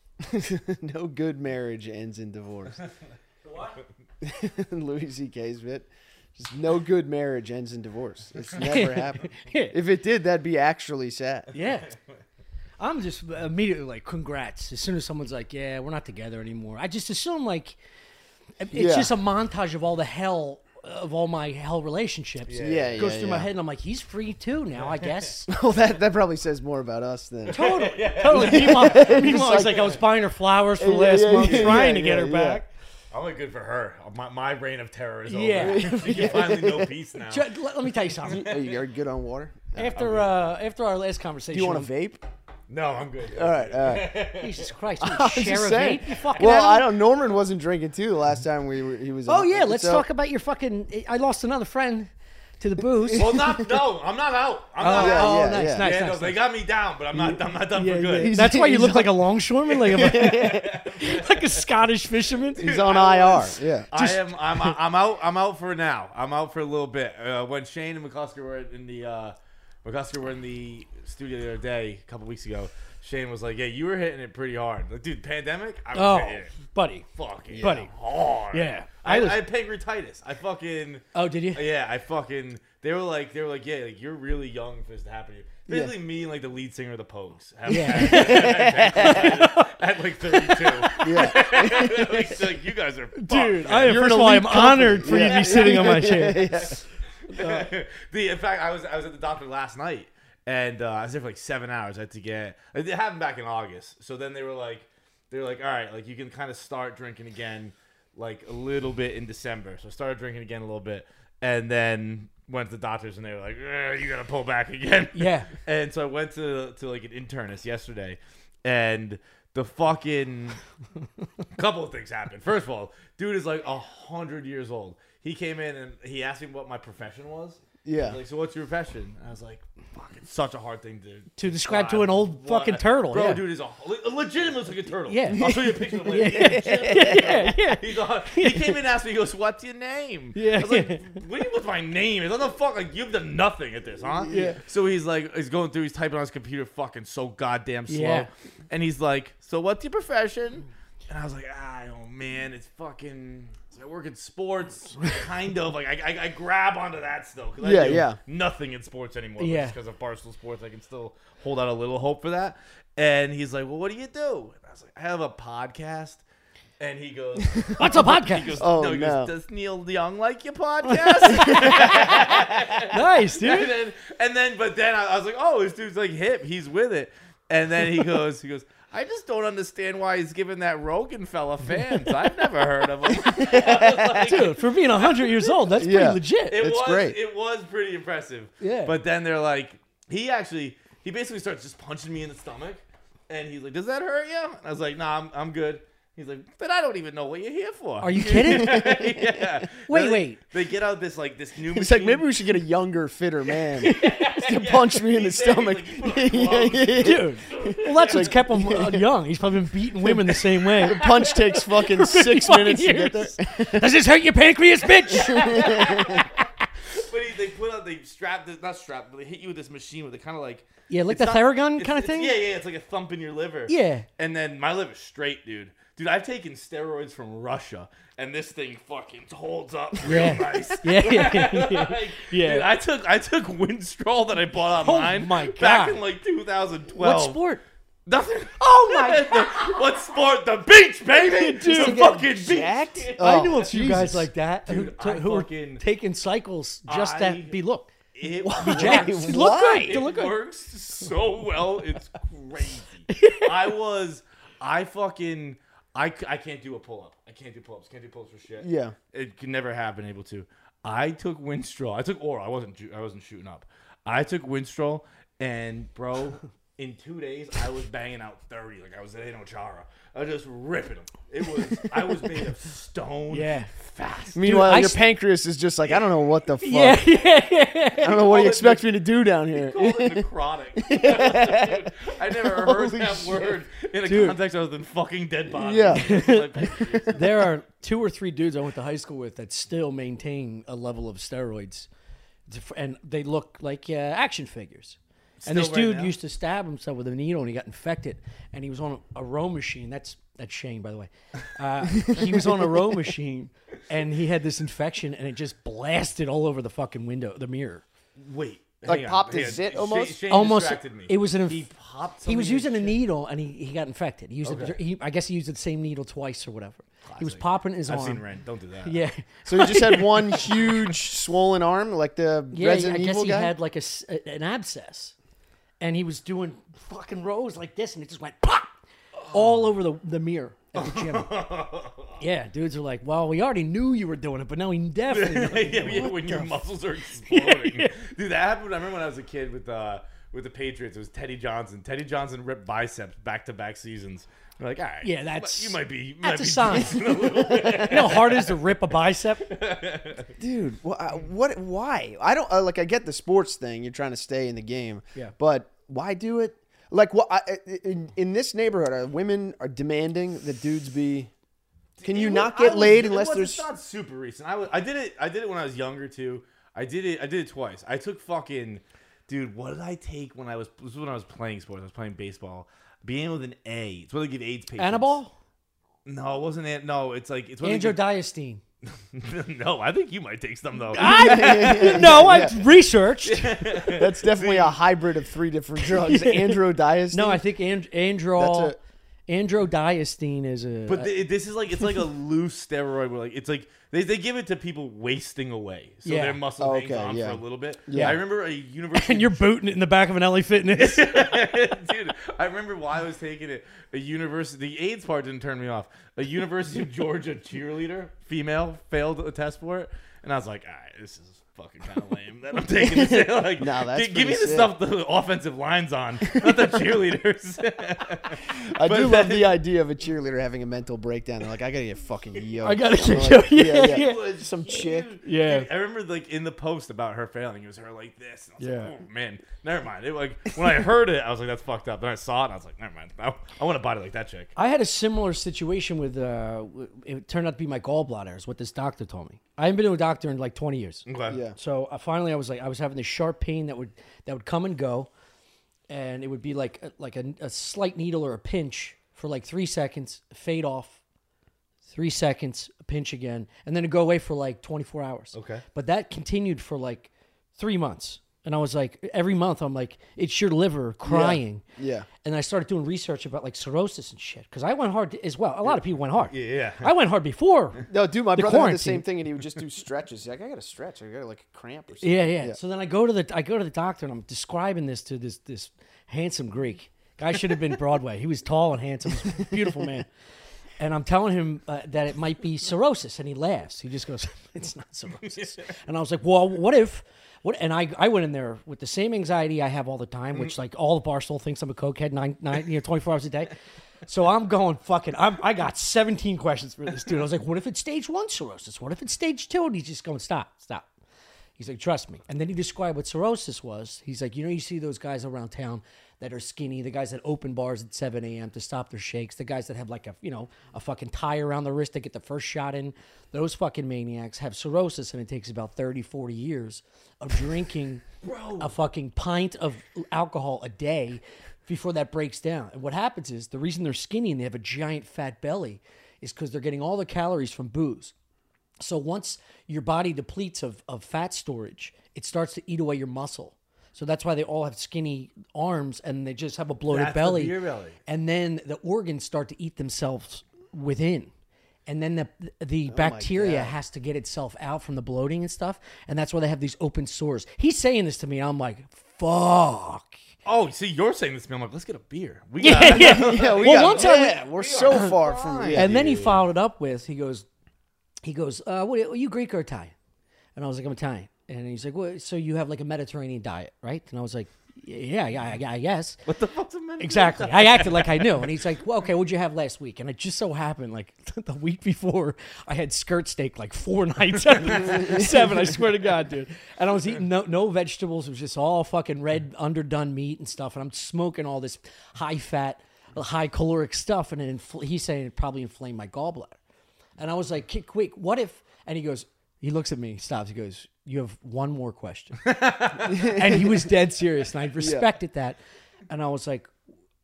no good marriage ends in divorce. What? Louis C.K.'s bit. Just no good marriage ends in divorce. It's never happened. If it did, that'd be actually sad. yeah. I'm just immediately like, congrats. As soon as someone's like, yeah, we're not together anymore, I just assume like it's Yeah. just a montage of all the hell of all my hell relationships. Yeah, yeah. It goes through my yeah. head, and I'm like, he's free too now, I guess. Well, that that probably says more about us than totally, totally. Meanwhile, meanwhile it's like, I was buying her flowers for Yeah, last yeah, month, yeah, trying yeah, to get her yeah, yeah. back. Only good for her. My, my reign of terror is over. Yeah. you can finally know peace now. Ju- Let, let me tell you something. Are you are you good on water? After uh, after our last conversation, Do you want on- to vape? No, I'm good. All Uh, right, all right. Jesus Christ, I was you share just a saying. vape, you fucking well, animal. I don't. Norman wasn't drinking too the last time we were, he was. Oh on. yeah, let's So- talk about your fucking. I lost another friend to the booze. Well, not no. I'm not out. I'm Oh, not Oh, yeah, out. oh, yeah, yeah. nice, nice, Yeah, nice, no, they nice. got me down, but I'm not. I'm not done for good. yeah. That's why you He's look like a longshoreman, like a, like a Scottish fisherman. He's on I IR. was- Yeah. I am. I'm. I'm out. I'm out for now. I'm out for a little bit. Uh, when Shane and McCusker were in the uh, McCusker were in the studio the other day, a couple weeks ago, Shane was like, "Yeah, you were hitting it pretty hard." Like, dude, pandemic. I was Oh, hitting it buddy. fucking Buddy. hard. Yeah. I, I was- I had pancreatitis. I fucking. Oh, did you? Yeah, I fucking. They were like, they were like, yeah, like you're really young for this to happen to you. Basically, me and like the lead singer of the Pogues have Yeah. had- at like 32. Yeah, like, so, like, you guys are fucked. Dude, I am, You're first an of all, I'm elite company. honored for you to be sitting on my chair. Yeah. the in fact, I was I was at the doctor last night, and uh, I was there for like seven hours. I had to get it happened back in August. So then they were like, they were like, all right, like you can kind of start drinking again, like a little bit in December. So I started drinking again a little bit, and then went to the doctors, and they were like, "Eh, you gotta pull back again. Yeah. And so I went to to like an internist yesterday, and the fucking couple of things happened. First of all, dude is like a hundred years old. He came in and he asked me what my profession was. Yeah. He's like, so what's your profession? And I was like, fuck, it's such a hard thing to To describe to an old What? fucking turtle, Bro, yeah. dude is a, a legitimate looking turtle. Yeah. I'll show you a picture of him later. yeah, yeah. He's a, he came in and asked me, he goes, What's your name? Yeah. I was like, What do you what's my name? It's what the fuck like you've done nothing at this, huh? Yeah. So he's like he's going through, he's typing on his computer fucking so goddamn slow. Yeah. And he's like, So what's your profession? And I was like, ah, oh man, it's fucking I work in sports, kind of like I, I, I grab onto that still. 'cause I Yeah, do yeah. Nothing in sports anymore. Yeah. Yeah. Because of Barstool Sports, I can still hold out a little hope for that. And he's like, well, what do you do? And I was like, I have a podcast. And he goes, What's a he podcast? goes, Oh, no, he no. goes, does Neil Young like your podcast? Nice, and dude. then, and then, but then I, I was like, oh, this dude's like hip. He's with it. And then he goes, he goes, I just don't understand why he's giving that Rogan fella fans. I've never heard of him. I was like, Dude, for being 100 years old, that's Yeah. pretty legit. it It's was great. it was pretty impressive. Yeah. But then they're like, he actually he basically starts just punching me in the stomach, and he's like, "Does that hurt you?" And I was like, "Nah, I'm, I'm good." He's like, "Then I don't even know what you're here for." Are you kidding? yeah. Wait, They- wait. They get out this like this new. It's like machine. maybe we should get a younger, fitter man to punch me in the He's there, stomach. he's like, you put on gloves. Dude, well, that's what's kept him uh, young. He's probably been beating women the same way. Punch takes fucking six fucking minutes to get there. years. Does this hurt your pancreas, bitch? But he, they put out they strap this not strap, but they hit you with this machine with it kind of like Yeah, like it's the not- Theragun it's- kinda it's- thing? Yeah, yeah, it's like a thump in your liver. Yeah. And then my liver's straight, dude. Dude, I've taken steroids from Russia, and this thing fucking holds up real Yeah. nice. yeah, yeah, yeah. Like, Yeah. dude, I took I took Winstrol that I bought Oh online my God. back in like 2012. What sport? Nothing. Oh my god! what sport? The beach, baby. Dude, the you got fucking jacked? beach. I Oh, knew a few guys Jesus. like that who, Dude, t- I who were fucking- taking cycles just I- that be look. It Jack, works. look what? great. It They look good. works so well. It's crazy. I was, I fucking, I, c- I can't do a pull up. I can't do pull ups. Can't do pull ups for shit. Yeah. it could never have been able to. I took Winstrol. I took Aura. I wasn't. ju- I wasn't shooting up. I took Winstrol, and bro, in two days I was banging out thirty. Like I was at Ochara. I was just ripping them. It was. I was made of stone. Yeah. Fast. Meanwhile, I your st- pancreas is just like I don't know what the fuck. Yeah, yeah, I don't know what Call you it expect me to do down here. call it necrotic. Dude, I never heard Holy that shit. word in a Dude. context other than fucking dead body. Yeah. There are two or three dudes I went to high school with that still maintain a level of steroids, It's f- and they look like uh, action figures. and this Still right dude now? used to stab himself with a needle, and he got infected. And he was on a row machine. That's that's Shane, by the way. Uh, he was on a row machine, and he had this infection, and it just blasted all over the fucking window, the mirror. Wait. Like hang on, popped his hang on. zit Shane- almost? Shane Almost, distracted me. it was an. Inf- He popped. he was somebody's using a shit. needle, and he, he got infected. He used it, Okay. he, I guess he used the same needle twice or whatever. He was popping his I've arm. seen Rent. Don't do that. Yeah. So he just had one huge swollen arm, like the Yeah, Resident I guess Evil he guy. had like a s- a- an abscess, and he was doing fucking rows like this, and it just went pop all over the, the mirror at the gym. yeah, dudes are like, "Well, we already knew you were doing it, but now we definitely." yeah, yeah, when your muscles are exploding. Dude, that happened. I remember when I was a kid with uh with the Patriots. It was Teddy Johnson. Teddy Johnson ripped biceps back to back seasons. We're like, all right, Yeah, that's- you might be. You That's a might sign. you know how hard it is to rip a bicep? Dude, wh- I- what? Why? I don't uh, like. I get the sports thing. You're trying to stay in the game. Yeah. But why do it? Like, what? I, I- in, in this neighborhood, uh, women are demanding that dudes be. Can you It not was- I get was- laid it unless was- there's? It's not super recent. I was, I did it. I did it when I was younger too. I did it. I did it twice. I took fucking, dude. What did I take when I was? This was when I was playing sports. I was playing baseball. Being with an A. It's what they give AIDS patients. Anabol, No, it wasn't it. No, it's like it's what they give- angiodiastine. no, I think you might take some though. I no, I researched. That's definitely a hybrid of three different drugs. Androdiazepine. No, I think and, androl. That's Androdiastine is a. But th- this is like it's like a loose steroid. Where like it's like they, they give it to people wasting away, so Yeah. their muscle Oh, hangs okay, on yeah. for a little bit. Yeah. I remember a university and you're booting it in the back of an LA Fitness. dude. I remember while I was taking it, a university the AIDS part didn't turn me off. A University of Georgia cheerleader, female, failed a test for it, and I was like, all right, this is fucking kind of lame that I'm taking this. like, Nah, that's gi- give me pretty the sick. stuff the offensive lines on, not the cheerleaders. I do but love then- the idea of a cheerleader having a mental breakdown. They're like, I gotta get fucking yo. I gotta I'm get yo. Yeah, yeah. was Some chick. huge. Yeah. Dude, I remember like in the post about her failing, it was her like this. And I was Yeah. like, oh man, never mind. It, like when I heard it, I was like, that's fucked up. Then I saw it, and I was like, never mind. I, I want a body like that chick. I had a similar situation with, uh, w- it turned out to be my gallbladder, is what this doctor told me. I haven't been to a doctor in like 20 years. Okay. Yeah. So I finally, I was like, I was having this sharp pain that would that would come and go, and it would be like a, like a, a slight needle or a pinch for like three seconds, fade off, three seconds, a pinch again, and then it would go away for like 24 hours. Okay. But that continued for like three months, and I was like, every month I'm like, it's your liver crying. Yeah. And I started doing research about like cirrhosis and shit because I went hard as well. A lot of people went hard. Yeah. I went hard before No, dude, my brother The had the quarantine. same thing, and he would just do stretches. He's like, I gotta stretch. I gotta like cramp or something. Yeah, yeah, So then I go to the I go to the doctor and I'm describing this to this this handsome Greek guy. Should have been Broadway. He was tall and handsome, beautiful man. And I'm telling him uh, that it might be cirrhosis, and he laughs. He just goes, "It's not cirrhosis." And I was like, "Well, what if?" What? And I I went in there with the same anxiety I have all the time, which like all the barstool thinks I'm a cokehead nine nine you know 24 hours a day. So I'm going fucking. I'm, I got 17 questions for this dude. I was like, "What if it's stage one cirrhosis? What if it's stage two? And he's just going, "Stop, stop." He's like, trust me. And then he described what cirrhosis was. He's like, you know, you see those guys around town that are skinny, the guys that open bars at 7 a.m. to stop their shakes, the guys that have like a, you know, a fucking tie around the wrist to get the first shot in. Those fucking maniacs have cirrhosis, and it takes about 30, 40 years of drinking a fucking pint of alcohol a day before that breaks down. And what happens is the reason they're skinny and they have a giant fat belly is because they're getting all the calories from booze. So once your body depletes of, of fat storage, it starts to eat away your muscle. So that's why they all have skinny arms and they just have a bloated That's the belly. beer belly. And then the organs start to eat themselves within. And then the the bacteria has to get itself out from the bloating and stuff. And that's why they have these open sores. He's saying this to me. I'm like, fuck. Oh, see, you're saying this to me. I'm like, let's get a beer. We got Yeah, we Well, got- one time we- yeah, we're so far from reality. and then he followed it up with he goes he goes uh, what are you greek or italian and i was like i'm italian and he's like well, so you have like a mediterranean diet right and i was like yeah yeah i, I guess what the fuck's a minute? Exactly. I acted like I knew. And he's like, well, okay, what'd you have last week? And it just so happened, like, the week before, I had skirt steak like four nights out of seven. I swear to God, dude. And I was eating no, no vegetables. It was just all fucking red, underdone meat and stuff. And I'm smoking all this high fat, high caloric stuff. And it infl- he's saying it probably inflamed my gallbladder. And I was like, "Ki- quick, what if? And he goes, he looks at me, stops, he goes, you have one more question. and he was dead serious, and I respected that. And I was like,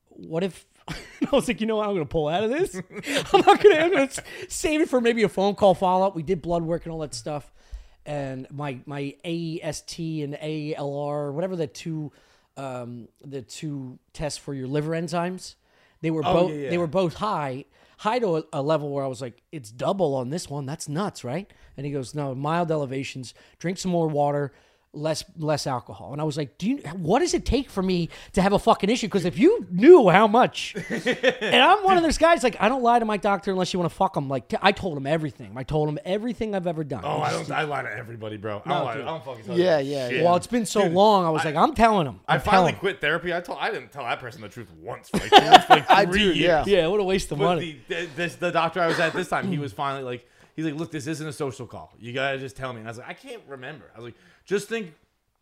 what if? I was like, you know what? I'm going to pull out of this. I'm not going to. I'm going to save it for maybe a phone call follow up. We did blood work and all that stuff, and my my AEST and ALR, whatever the two, um, the two tests for your liver enzymes, they were both Oh, yeah, yeah. they were both high, high to a, a level where I was like, it's double on this one. That's nuts, right? And he goes, no, mild elevations. Drink some more water. Less less alcohol, and I was like, "Do you? What does it take for me to have a fucking issue? Because if you knew how much, and I'm one of those guys like I don't lie to my doctor unless you want to fuck him. Like t- I told him everything. I told him everything I've ever done. Oh, I don't. I lie to everybody, bro. I don't, lie, I dude. don't fucking tell Yeah, you yeah, shit. yeah. well, it's been so long. I was like, I'm telling him. I I'm finally telling him. quit therapy. I told I didn't tell that person the truth once for like, for like three I do, years. yeah. Yeah, what a waste of But money. the, the, this, the doctor I was at this time, he was finally like, he's like, look, this isn't a social call. You gotta just tell me. And I was like, I can't remember. I was like, just think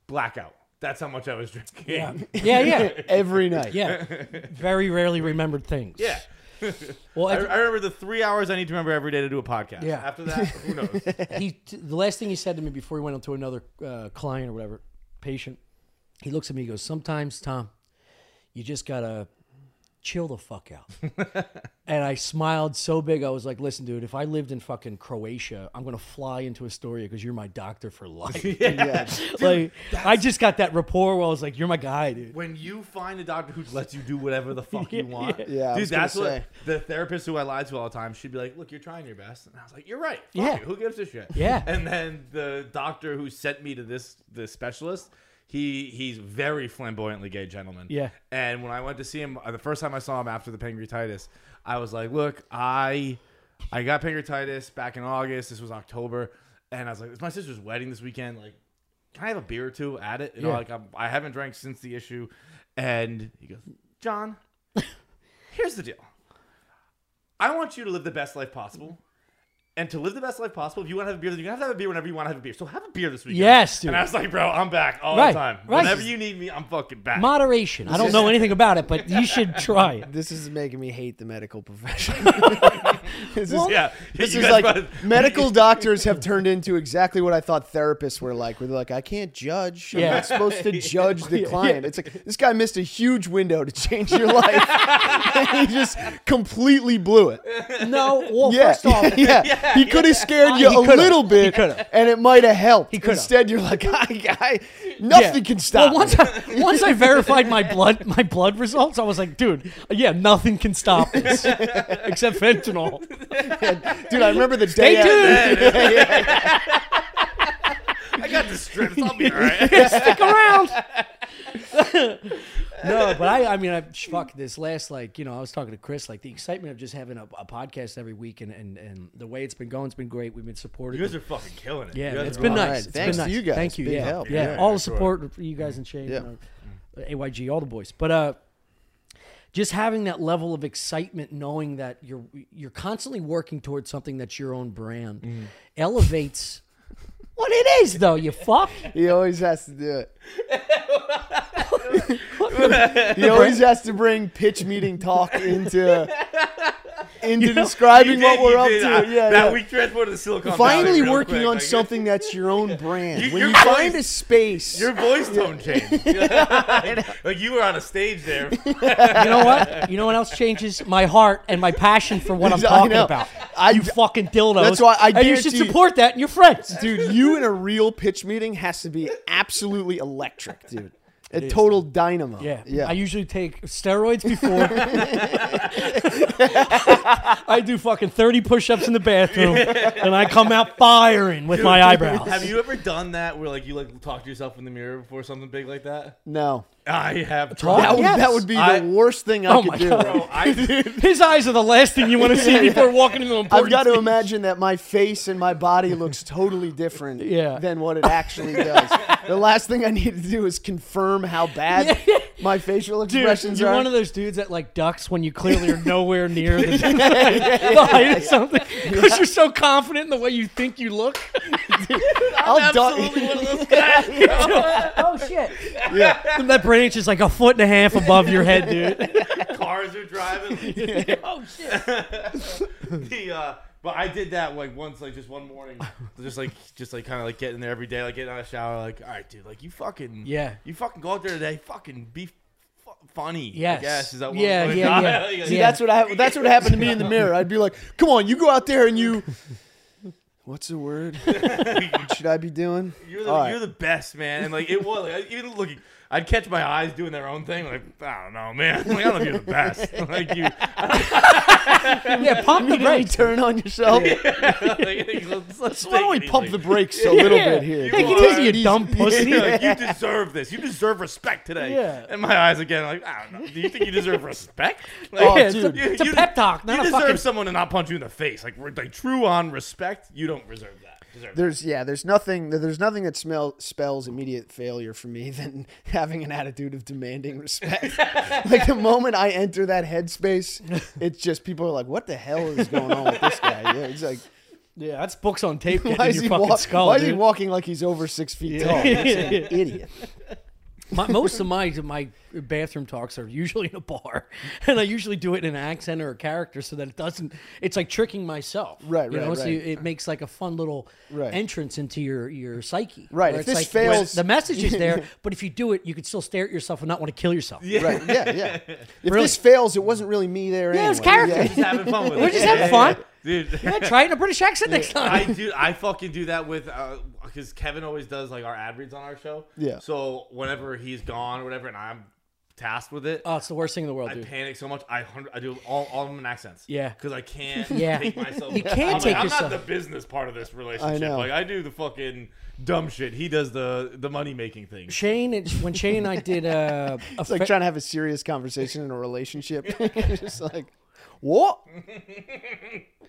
blackout. That's how much I was drinking. yeah, yeah, yeah, every night. yeah. Very rarely remembered things. Yeah. Well, I, if- I remember the three hours I need to remember every day to do a podcast. Yeah. After that, who knows? he t- the last thing he said to me before he went on to another uh, client or whatever patient he looks at me he goes sometimes tom you just gotta chill the fuck out and i smiled so big i was like listen dude if i lived in fucking croatia i'm gonna fly into astoria because you're my doctor for life like i just got that rapport where i was like you're my guy dude when you find a doctor who lets you do whatever the fuck you want, Yeah, I dude, was gonna that's what say. the therapist who I lied to all the time. She'd be like, "Look, you're trying your best," and I was like, "You're right. Fuck Yeah. you. who gives a shit?" Yeah. And then the doctor who sent me to this the specialist, he he's very flamboyantly gay gentleman. Yeah. And when I went to see him, uh, the first time I saw him after the pancreatitis, I was like, "Look, I I got pancreatitis back in August. This was October, and I was like, it's my sister's wedding this weekend. Like, can I have a beer or two at it? You know, Yeah. like I'm, I haven't drank since the issue." And he goes, "John, here's the deal. I want you to live the best life possible." And to live the best life possible, if you want to have a beer, you have to have a beer whenever you want to have a beer. So have a beer this weekend. Yes, dude. And I was like, bro, I'm back all Right, the time. right. Whenever you need me, I'm fucking back. moderation i don't know anything about it but you should try it This is making me hate the medical profession. this is, yeah, This you is guys like both- medical doctors have turned into exactly what I thought therapists were like. Where they're like, I can't judge. I'm Yeah. not supposed to judge the client. It's like this guy missed a huge window to change your life. and he just completely blew it. no well Yeah, first off yeah. He could have scared you He a could've. little bit, He could've. and it might have helped. He could've. Instead, you're like, I, I, nothing Yeah. can stop. Well, once me." I, once I verified my blood my blood results, I was like, dude, yeah, nothing can stop this except fentanyl. Dude, I remember the day. after- tuned. Yeah, yeah, yeah. I got the strips. I'll be all right. Stick around. no, but I, I mean, I fuck this last like you know I was talking to Chris like the excitement of just having a, a podcast every week and, and and the way it's been going, it's been great. We've been supported. you guys are fucking killing it. Yeah, You guys it's are been awesome. All nice. right, It's been thanks to nice. you guys. Thank you. Big yeah. help. Yeah. Yeah, all the sure. support for you guys and Shane, uh, Yeah. and our- AYG, all the boys. But uh, just having that level of excitement, knowing that you're you're constantly working towards something that's your own brand, Mm-hmm. elevates. What it is though, you fuck. He always has to do it. he always has to bring pitch meeting talk into into You describing did, what we're you up did. to. I- yeah, that yeah. we transported to Silicon Valley Finally real working quick. on Like, something that's your own brand. You- when your you voice- find a space, Your voice tone changed. like, you were on a stage there. You know what? You know what else changes? My heart and my passion for what I'm I talking know. about. I- you fucking dildos. That's why I and you should guarantee- support that in your friends, dude. dude, you in a real pitch meeting has to be absolutely electric, dude. A total dynamo. Yeah. yeah. I usually take steroids before. I do fucking 30 push ups in the bathroom and I come out firing with my eyebrows. Have you ever done that where like you like talk to yourself in the mirror before something big like that? no, I have Talk? tried. that would, Yes. that would be Oh, I- the worst thing I Oh my could do. God. Bro, I, His eyes are the last thing you want to see before walking into an I've important got to imagine that my face and my body looks totally different Yeah. than what it actually does. the last thing I need to do is confirm how bad my facial Dude, expressions you're are. one of those dudes that like ducks when you clearly are nowhere near the, the height or something because you're so confident in the way you think you look. I'll absolutely duck. one of those guys. oh shit! Yeah, and that branch is like a foot and a half above your head, dude. Cars are driving. oh shit! the uh, but I did that like once, like just one morning, just like just like kind of like getting there every day, like getting out of the shower, like all right, dude, like you fucking Yeah. you fucking go out there today, fucking be f- funny. Yes. I guess is that what Yeah, what- yeah, yeah. Like, See, Yeah. that's what I, that's what happened to me in the mirror. I'd be like, "Come on, you go out there and you." What's the word? what should I be doing? You're the, All right. you're the best, man. And like it was like, even looking, I'd catch my eyes doing their own thing. Like I don't know, man. Like I don't know if you're the best. Like you, yeah, pump the You didn't brakes. turn on yourself. like, let's, let's Why don't take we it pump easy. the brakes a little Yeah. bit here? Take Come it on. easy, you dumb pussy. Yeah, like, you deserve this. You deserve respect today. Yeah. And my eyes again, like I don't know. Do you think you deserve respect? Like, Oh, Yeah, it's a, dude. it's a pep talk, You not a deserve fucking. someone to not punch you in the face. Like re- like true on respect, you don't deserve that. Deserve There's yeah, there's nothing there's nothing that smell spells immediate failure for me than having an attitude of demanding respect. like the moment I enter that headspace, it's just people are like, "What the hell is going on with this guy?" Yeah, it's like, Yeah, that's books on tape getting why in is your he fucking walk- skull. Why is dude. he walking like he's over six feet tall? It's an idiot. my, most of my my bathroom talks are usually in a bar, and I usually do it in an accent or a character so that it doesn't. It's like tricking myself, Right, You right, know, so right. you- it makes like a fun little Right. entrance into your your psyche. Right, where if it's this like, fails- the message is there, but if you do it, you could still stare at yourself and not want to kill yourself. Yeah, Right? Yeah, yeah. If this fails, it wasn't really me there. Yeah, it anyway. was character. that. Just having fun with it. We're just having fun. dude. try it in a British accent next time. I do. I fucking do that with because Kevin always does like our ad reads on our show. Yeah. So whenever he's gone or whatever, and I'm tasked with it, oh, it's the worst thing in the world, I dude. panic so much. I hun- I do all, all of them in accents. Yeah. Because I can't Yeah. take myself. You can't I'm take like, I'm yourself- not the business part of this relationship. know. Like I do the fucking dumb shit. He does the the money making thing. Shane, and- when Shane and I did uh, a It's like fa- trying to have a serious conversation in a relationship. It's just like, what?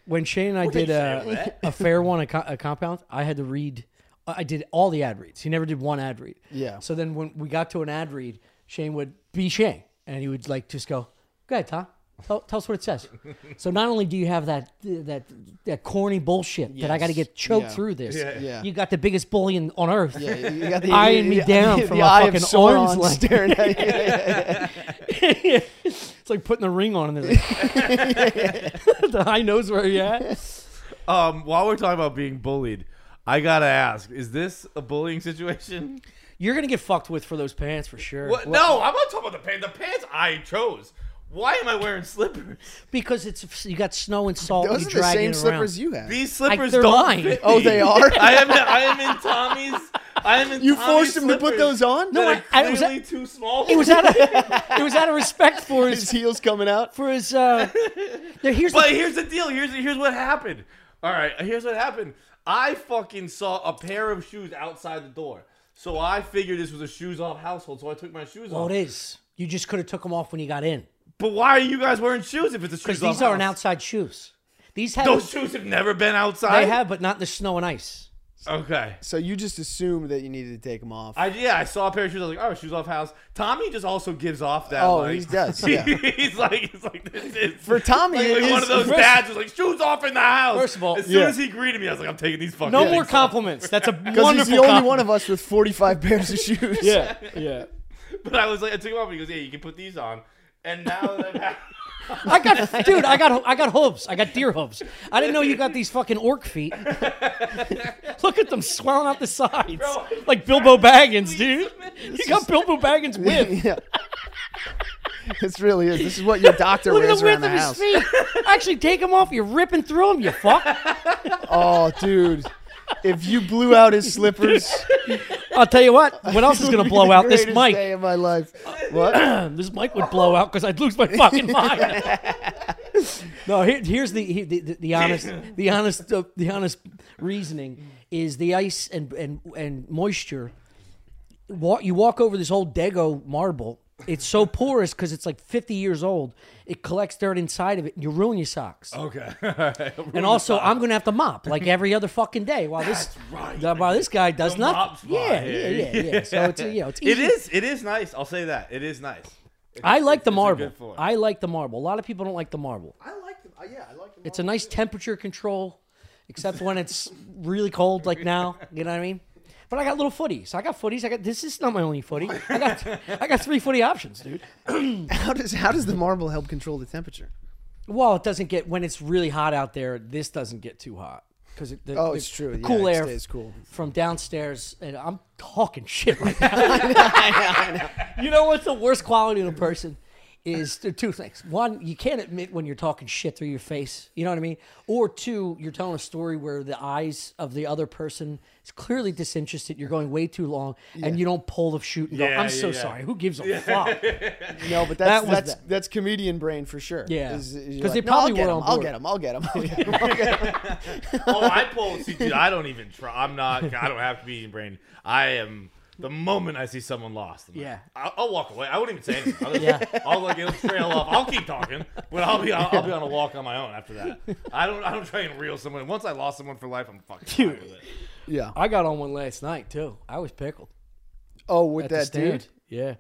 when Shane and I did say a, that? a fair one, a, co- a compound, I had to read. I did all the ad reads. He never did one ad read. Yeah. So then when we got to an ad read, Shane would be Shane, and he would like just go, "Go ahead, Tom. Tell, tell us what it says." so not only do you have that that that corny bullshit that I got to Yes. get choked Yeah. through this, Yeah. Yeah. you got the biggest bully in, on earth. Yeah, you got the, Eyeing me the- down the from a eye of fucking Sauron arm's length. staring at you. it's like putting the ring on and it's like, the high knows where you're at. Um, while we're talking about being bullied, I gotta ask: Is this a bullying situation? You're gonna get fucked with for those pants for sure. What? No, I'm not talking about the pants. The pants I chose. Why am I wearing slippers? Because it's you got snow and salt. Those you are the drag same it slippers around. you have. These I- slippers they're don't lying. fit. Oh, they are. I am. I am in Tommy's. I am in. You Tommy's forced him to put slippers those on? No, that I- are I was- clearly too small. It was out of it was out of respect for His his heels coming out. for his. Uh, now here's But the, here's the deal. Here's here's what happened. All right, here's what happened. I fucking saw a pair of shoes outside the door, so I figured this was a shoes off household. So I took my shoes oh, off. it is. You just could have took them off when you got in But why are you guys wearing shoes if it's a shoes because off? these aren't house? outside shoes. These have Those shoes have never been outside. they have, but not in the snow and ice. Okay. So you just assumed that you needed to take them off. I, yeah, I saw a pair of shoes. I was like, "Oh, shoes off house." Tommy just also gives off that. Oh, like, he does, yeah. he's like, he's like, this is For Tommy, like, like it is one of those first- dads who's like, "Shoes off in the house." First of all- as soon Yeah. as he greeted me, I was like, "I'm taking these fucking." No things more off." compliments. That's a because wonderful. he's the only one of us with 45 pairs of shoes. Yeah, yeah. But I was like, I took him off. He goes, "Yeah, you can put these on." And now that I've had, I got dude. I got I got hooves. I got deer hooves. I didn't know you got these fucking orc feet. Look at them swelling out the sides like Bilbo Baggins, dude. You got Bilbo Baggins with. yeah. This really is. This is what your doctor Look at wears the width around the of his house. feet. Actually, take him off. You're ripping through him. You fuck. Oh, dude. If you blew out his slippers, I'll tell you what. What else is gonna blow out this greatest mic? Day of my life. What? This mic would blow out because I'd lose my fucking mind. no, here, here's the, he- the, the the honest the honest uh, the honest reasoning is the ice and and and moisture. Walk, you walk over this old Dago marble. It's so porous because it's like 50 years old. It collects dirt inside of it, and you ruin your socks. okay, and also, I'm gonna have to mop like every other fucking day while this right. while this guy does The mop nothing. spot. Yeah, yeah, yeah, yeah, So it's you know it's it easy. is. It is nice. I'll say that. It is nice. I like the It's a marble. good floor. I like the marble. A lot of people don't like the marble. I like them. Uh, Yeah, I like them. It's a nice temperature control, except when it's really cold, like now. You know what I mean? But I got little footies. I got footies. I got this is not my only footy. I got I got three footy options, dude. How does how does the marble help control the temperature? Well, it doesn't get when it's really hot out there. This doesn't get too hot because the, Oh, the- it's true. the Yeah, cool it air stays cool. from downstairs, and I'm talking shit right now. You know what's the worst quality in a person is th- two things. One, you can't admit when you're talking shit through your face. You know what I mean? Or two, you're telling a story where the eyes of the other person is clearly disinterested. You're going way too long, and you don't pull the shoot and Yeah, go, "I'm yeah, so yeah. sorry." Who gives a fuck? No, but that's That was that's the- that's comedian brain for sure. Yeah. Is- is 'Cause they like, "No, I'll probably get were 'em, on I'll board." get him. I'll get him. I'll get him. oh, I pull. See, dude, I don't even try. I'm not. I don't have comedian brain. I am. The moment I see someone lost, I'm like, Yeah. I'll, I'll walk away. I wouldn't even say anything. I'll, just, Yeah. I'll like it'll trail off. I'll keep talking, but I'll be I'll, I'll be on a walk on my own after that. I don't I don't try and reel someone. Once I lost someone for life, I'm fucking tired of it. Yeah. I got on one last night too. I was pickled. Oh, with at the that stand. dude, Yeah. And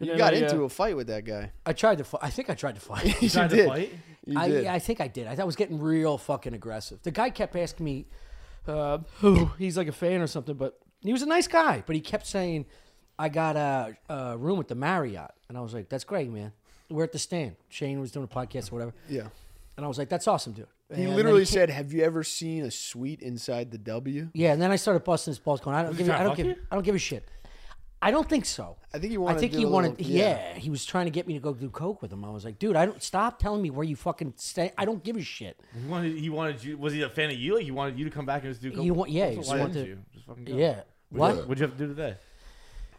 you then got I, into uh, a fight with that guy. I tried to fight. I think I tried to fight. You Tried to did. fight. You did. I, I think I did. I, I was getting real fucking aggressive. The guy kept asking me, uh, who he's like a fan or something, but he was a nice guy. But he kept saying, I got a, a room with the Marriott. And I was like, that's great, man. We're at the stand. Shane was doing a podcast or whatever. yeah. And I was like, that's awesome, dude. He And then literally ca- said, "Have you ever seen a suite inside the W?" Yeah, and then I started busting his balls, going, "I don't give, he a- I trying don't to give, fuck you? I don't give a shit." I don't think so. I think he wanted I think to he do a wanted. little- yeah. yeah. he was trying to get me to go do coke with him. I was like, "Dude, I don't stop telling me where you fucking stay. I don't give a shit." He wanted he wanted you. Was he a fan of you? Like he wanted you to come back and just do. He wa- yeah, he So just why wanted didn't to- you? Just fucking go. Yeah. What'd What? you- What'd you have to do today?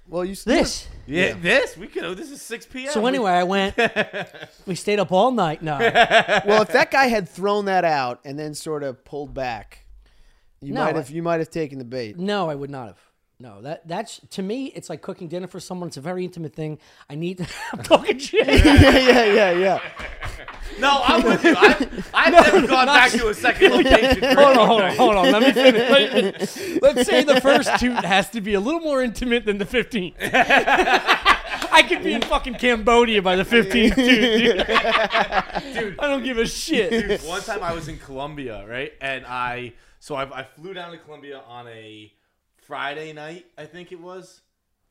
Well, you s- This. Yeah, this we could. This is six p.m. So We- anyway, I went. we stayed up all night. No, Well, if that guy had thrown that out and then sort of pulled back, you No, might I- have you might have taken the bait. no, I would not have. No, that that's to me, it's like cooking dinner for someone. It's a very intimate thing. I need. I'm talking shit. yeah, yeah, yeah, yeah. no, I'm with you. I've, I've never gone back to a second location. for Hold a on, hold on, night. hold on. Let me finish. Let me finish. Let's say the first two has to be a little more intimate than the 15th. I could be in fucking Cambodia by the 15th, dude. dude. I don't give a shit. Dude, one time I was in Colombia, right? And I so I, I flew down to Colombia on a Friday night, I think it was.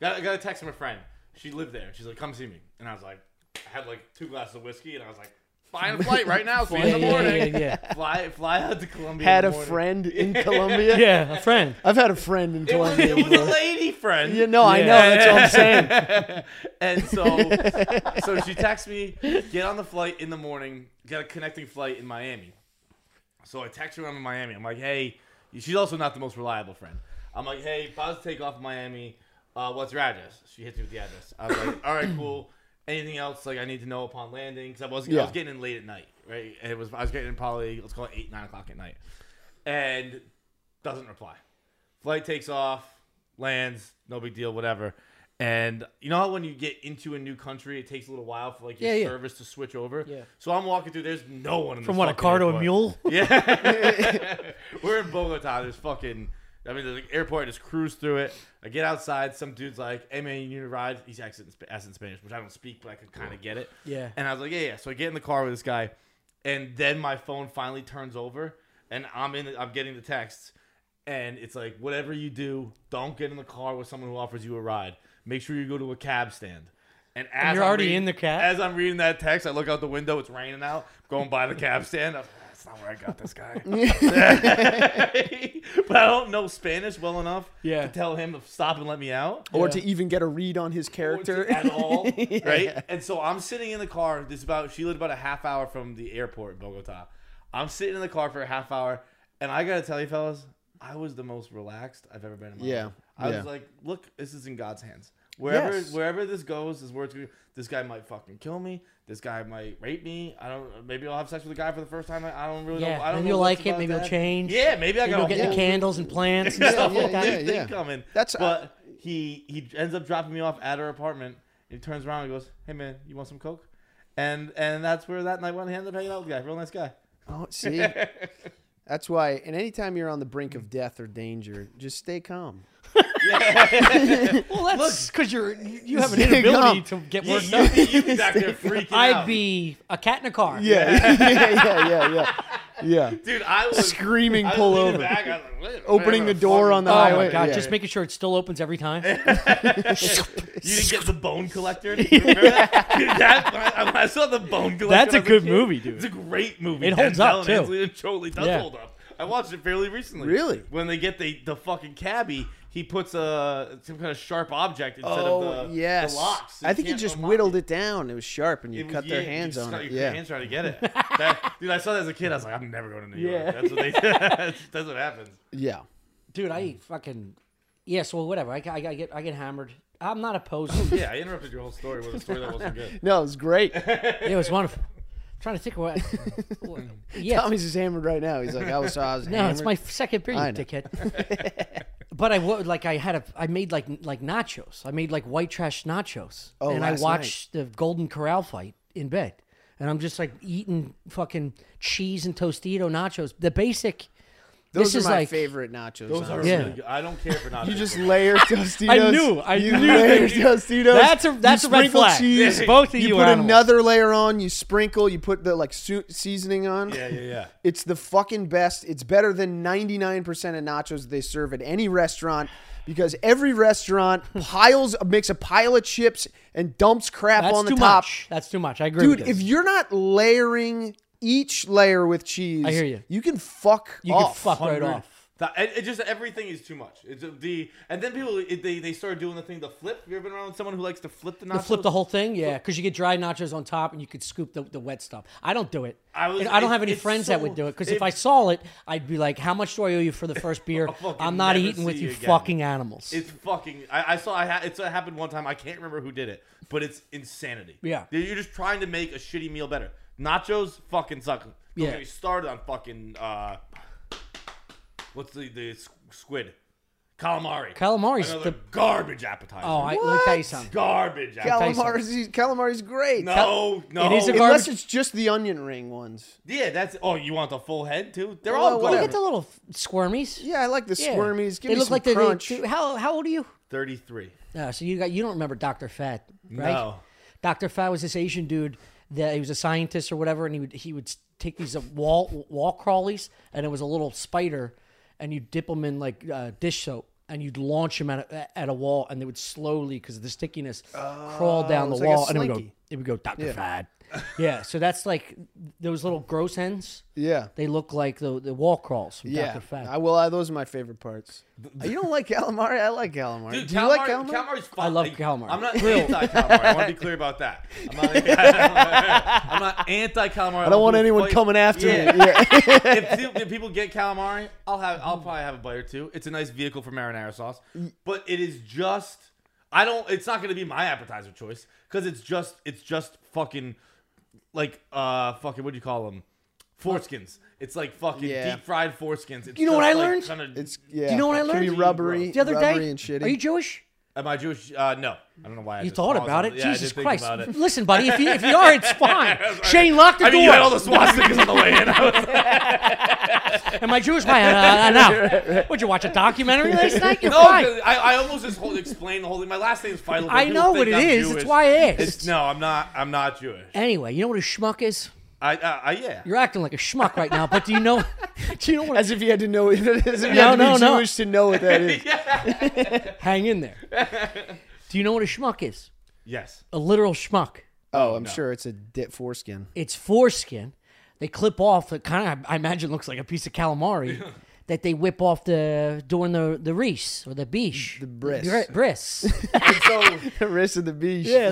Got, I got a text from a friend. She lived there. She's like, "Come see me," and I was like, I had like two glasses of whiskey, and I was like, "Flying a flight right now. See you in the Yeah, yeah, yeah, morning. yeah, Fly, fly out to Colombia." Had in a the morning. friend in Colombia. Yeah, a friend. I've had a friend in It was, Colombia. it was a before. lady friend. Yeah, no, I Yeah. know. That's all I'm saying. and so so she texts me, get on the flight in the morning, get a connecting flight in Miami. So I text her when I'm in Miami. I'm like, hey, she's also not the most reliable friend. I'm like, hey, about to take off in Miami. Uh, what's your address? She hits me with the address. I was like, all right, cool. Anything else like I need to know upon landing? Because I was I was Yeah. getting in late at night, right? And it was I was getting in probably let's call it eight nine o'clock at night, and doesn't reply. Flight takes off, lands, no big deal, whatever. And you know how when you get into a new country, it takes a little while for like your Yeah, yeah. service to switch over. Yeah. So I'm walking through. There's no one in From this what, a fucking car to a airport. mule? Yeah. We're in Bogota. There's fucking. I mean, the like, airport. I just cruise through it. I get outside. Some dude's like, "Hey man, you need a ride?" He's accent in Sp- accent in Spanish, which I don't speak, but I could kind of get it. Yeah. And I was like, "Yeah, yeah." So I get in the car with this guy, and then my phone finally turns over, and I'm in. I'm getting the texts, and it's like, "Whatever you do, don't get in the car with someone who offers you a ride. Make sure you go to a cab stand." And, as you're I'm already reading- in the cab? As I'm reading that text, I look out the window. It's raining out. Going by the cab stand. I was like, That's not where I got this guy. but I don't know Spanish well enough Yeah. to tell him to stop and let me out Or Yeah. to even get a read on his character. at all, right? And so I'm sitting in the car. This is about she lived about a half hour from the airport in Bogota. I'm sitting in the car for a half hour, and I gotta tell you, fellas, I was the most relaxed I've ever been. In my Yeah, life. I yeah. was like, look, this is in God's hands. Wherever Yes. wherever this goes, this word's gonna. This guy might fucking kill me. This guy might rape me. I don't. Maybe I'll have sex with a guy for the first time. I I don't really Yeah, know. I don't maybe know you'll what's like it, about maybe you'll that. change, Yeah, maybe I And got you'll a get the whole- candles and plants and yeah, stuff yeah, like that. yeah, yeah, yeah. coming. That's- uh, but he he ends up dropping me off at her apartment. He turns around and goes, "Hey man, you want some coke?" And and that's where that night went. He ended up hanging out with the guy, real nice guy. Oh, see? That's why, and anytime you're on the brink of death or danger, just stay calm. Well, that's because you're you you have an Yeah, inability come. to get You, work you, done. be- you be back there freaking out. I'd be a cat in a car. Yeah, yeah, yeah, yeah, yeah. yeah. Dude, I was Screaming I was pull leaning over. Back, I was like, "Wait a minute, Opening whatever the door fuck on is the Oh highway. my god! Yeah, Just yeah. making sure it still opens every time. You didn't get the bone collector. Do you remember that? Dude, that- I, I saw the bone collector. That's a as good kid. movie, dude. It's a great movie. It holds up, Denzel too. And Angelina Jolie does Yeah. hold up. I watched it fairly recently. Really? When they get the the fucking cabbie, he puts a some kind of sharp object instead Oh of the, yes. the locks. I think you just whittled it down. It was sharp, and you It was- cut their yeah, hands you just on cut it. Your Yeah. hands trying to get it. That- dude, I saw that as a kid. I was like, I'm never going to New Yeah. York. That's what they. that's what happens. Yeah. Dude, I eat fucking. Yeah, so whatever. I, I, I get I get hammered. I'm not opposed. Yeah, I interrupted your whole story with a story that wasn't good. No, it's great. it was wonderful. trying to think of what. yeah, Tommy's just hammered right now. He's like, I was, I was no, hammered. it's my second beer, you I know. dickhead. but I would like I had a I made like like nachos. I made like white trash nachos, Oh, and last I watched the Golden Corral fight in bed, and I'm just like eating fucking cheese and tostito nachos. The basic. Those this are is my like, favorite nachos. Those are honestly. Yeah. really good. I don't care for not. You just layer Tostitos. I knew, I you knew Layer that you- Tostitos. That's a that's you a red sprinkle flag. Cheese. Both You of you, put are animals. another layer on. You sprinkle. You put the like su- seasoning on. Yeah, yeah, yeah. It's the fucking best. It's better than 99% of nachos they serve at any restaurant because every restaurant piles makes a pile of chips and dumps crap That's on the too top. much. That's too much. I agree, Dude, With this. if you're not layering each layer with cheese, I hear you. You can fuck you off. can fuck right off. That- it, it just everything is too much. It's uh, the and then people it, they they start doing the thing the flip. You ever been around someone who likes to flip the nachos? You flip the whole thing, yeah, because you get dry nachos on top and you could scoop the, the wet stuff. I don't do it. I I, was- I don't it- have any it's friends so- that would do it because if it- I saw it, I'd be like, "How much do I owe you for the first beer? I'll fucking I'm not never eating with see you, you again." fucking animals." It's fucking. I, I saw. I ha- it's it happened one time. I can't remember who did it, but it's insanity. Yeah. you're just trying to make a shitty meal better. Nachos fucking suck. Don't Yeah. get me started on fucking uh, what's the the s- squid, calamari. Calamari's Another the- garbage appetizer. oh, I, let me tell you What? something. garbage. appetizer. Calamari's, calamari's great. No, no. It is a Unless Garbage- it's just the onion ring ones. yeah, that's. Oh, you want the full head too? They're Well, all what- You garbage. get the little squirmies. Yeah, I like the Yeah. squirmies. Give they me look some like they- they- crunch. they- how how old are you? Thirty-three. Uh, so you got you don't remember Doctor Fat, right? No. Dr. Fat was this Asian dude that he was a scientist or whatever, and he would he would s- take these uh, wall wall crawlies, and it was a little spider, and you dip them in like uh, dish soap, and you'd launch them at a, at a wall, and they would slowly because of the stickiness crawl down Oh, the it's like a wall, and it would go slinky. it would go Dr. Fat. yeah, so that's like those little gross ends. yeah. They look like the the wall crawls from Yeah, Dr. Fat. I will. I, those are my favorite parts. you don't like calamari? I like calamari. Dude, Do calamari, you like calamari? Calamari's fun. I love Like, calamari. I'm not anti calamari. I want to be clear about that. I'm not, I'm not anti calamari. I don't want anyone coming after Yeah. me. Yeah. if, pe- if people get calamari, I'll have. I'll probably have a bite or two. It's a nice vehicle for marinara sauce, Mm. but it is just. I don't. It's not going to be my appetizer choice because it's just. It's just fucking, like uh, fucking. What do you call them? Foreskins. It's like fucking Yeah. deep fried foreskins. It's You know what just I like learned? kinda- It's yeah. Do you know what I It learned? Can be rubbery, the other rubbery day, and shitty. are you Jewish? Am I Jewish? Uh, no. I don't know why. I You just thought paused about on it? Yeah, I Jesus did think Christ. about it. Listen, buddy, if you, if you are, it's fine. Shane, lock the I door. mean, you had all the swastikas on the way in. I was like, Am I Jewish? Why? Uh, no. Would you watch a documentary last night? You're no, fine. 'cause I, I almost just hold, explain the whole thing. My last name is Feidel. but I people know what think it I'm is. It's Jewish. why I asked. It's, no, I'm not. I'm not Jewish. Anyway, you know what a schmuck is? I, uh, I yeah. You're acting like a schmuck right now, but do you know? Do you know what? As if you had to know. As if you had No, to no, be no. Jewish to know what that is. hang in there. Do you know what a schmuck is? yes. A literal schmuck. Oh, I'm sure it's a dit foreskin. It's foreskin. They clip off. It kind of, I imagine, looks like a piece of calamari that they whip off the during the the reese or the biche. The bris. bris. And so The wrist of the beach. Yeah.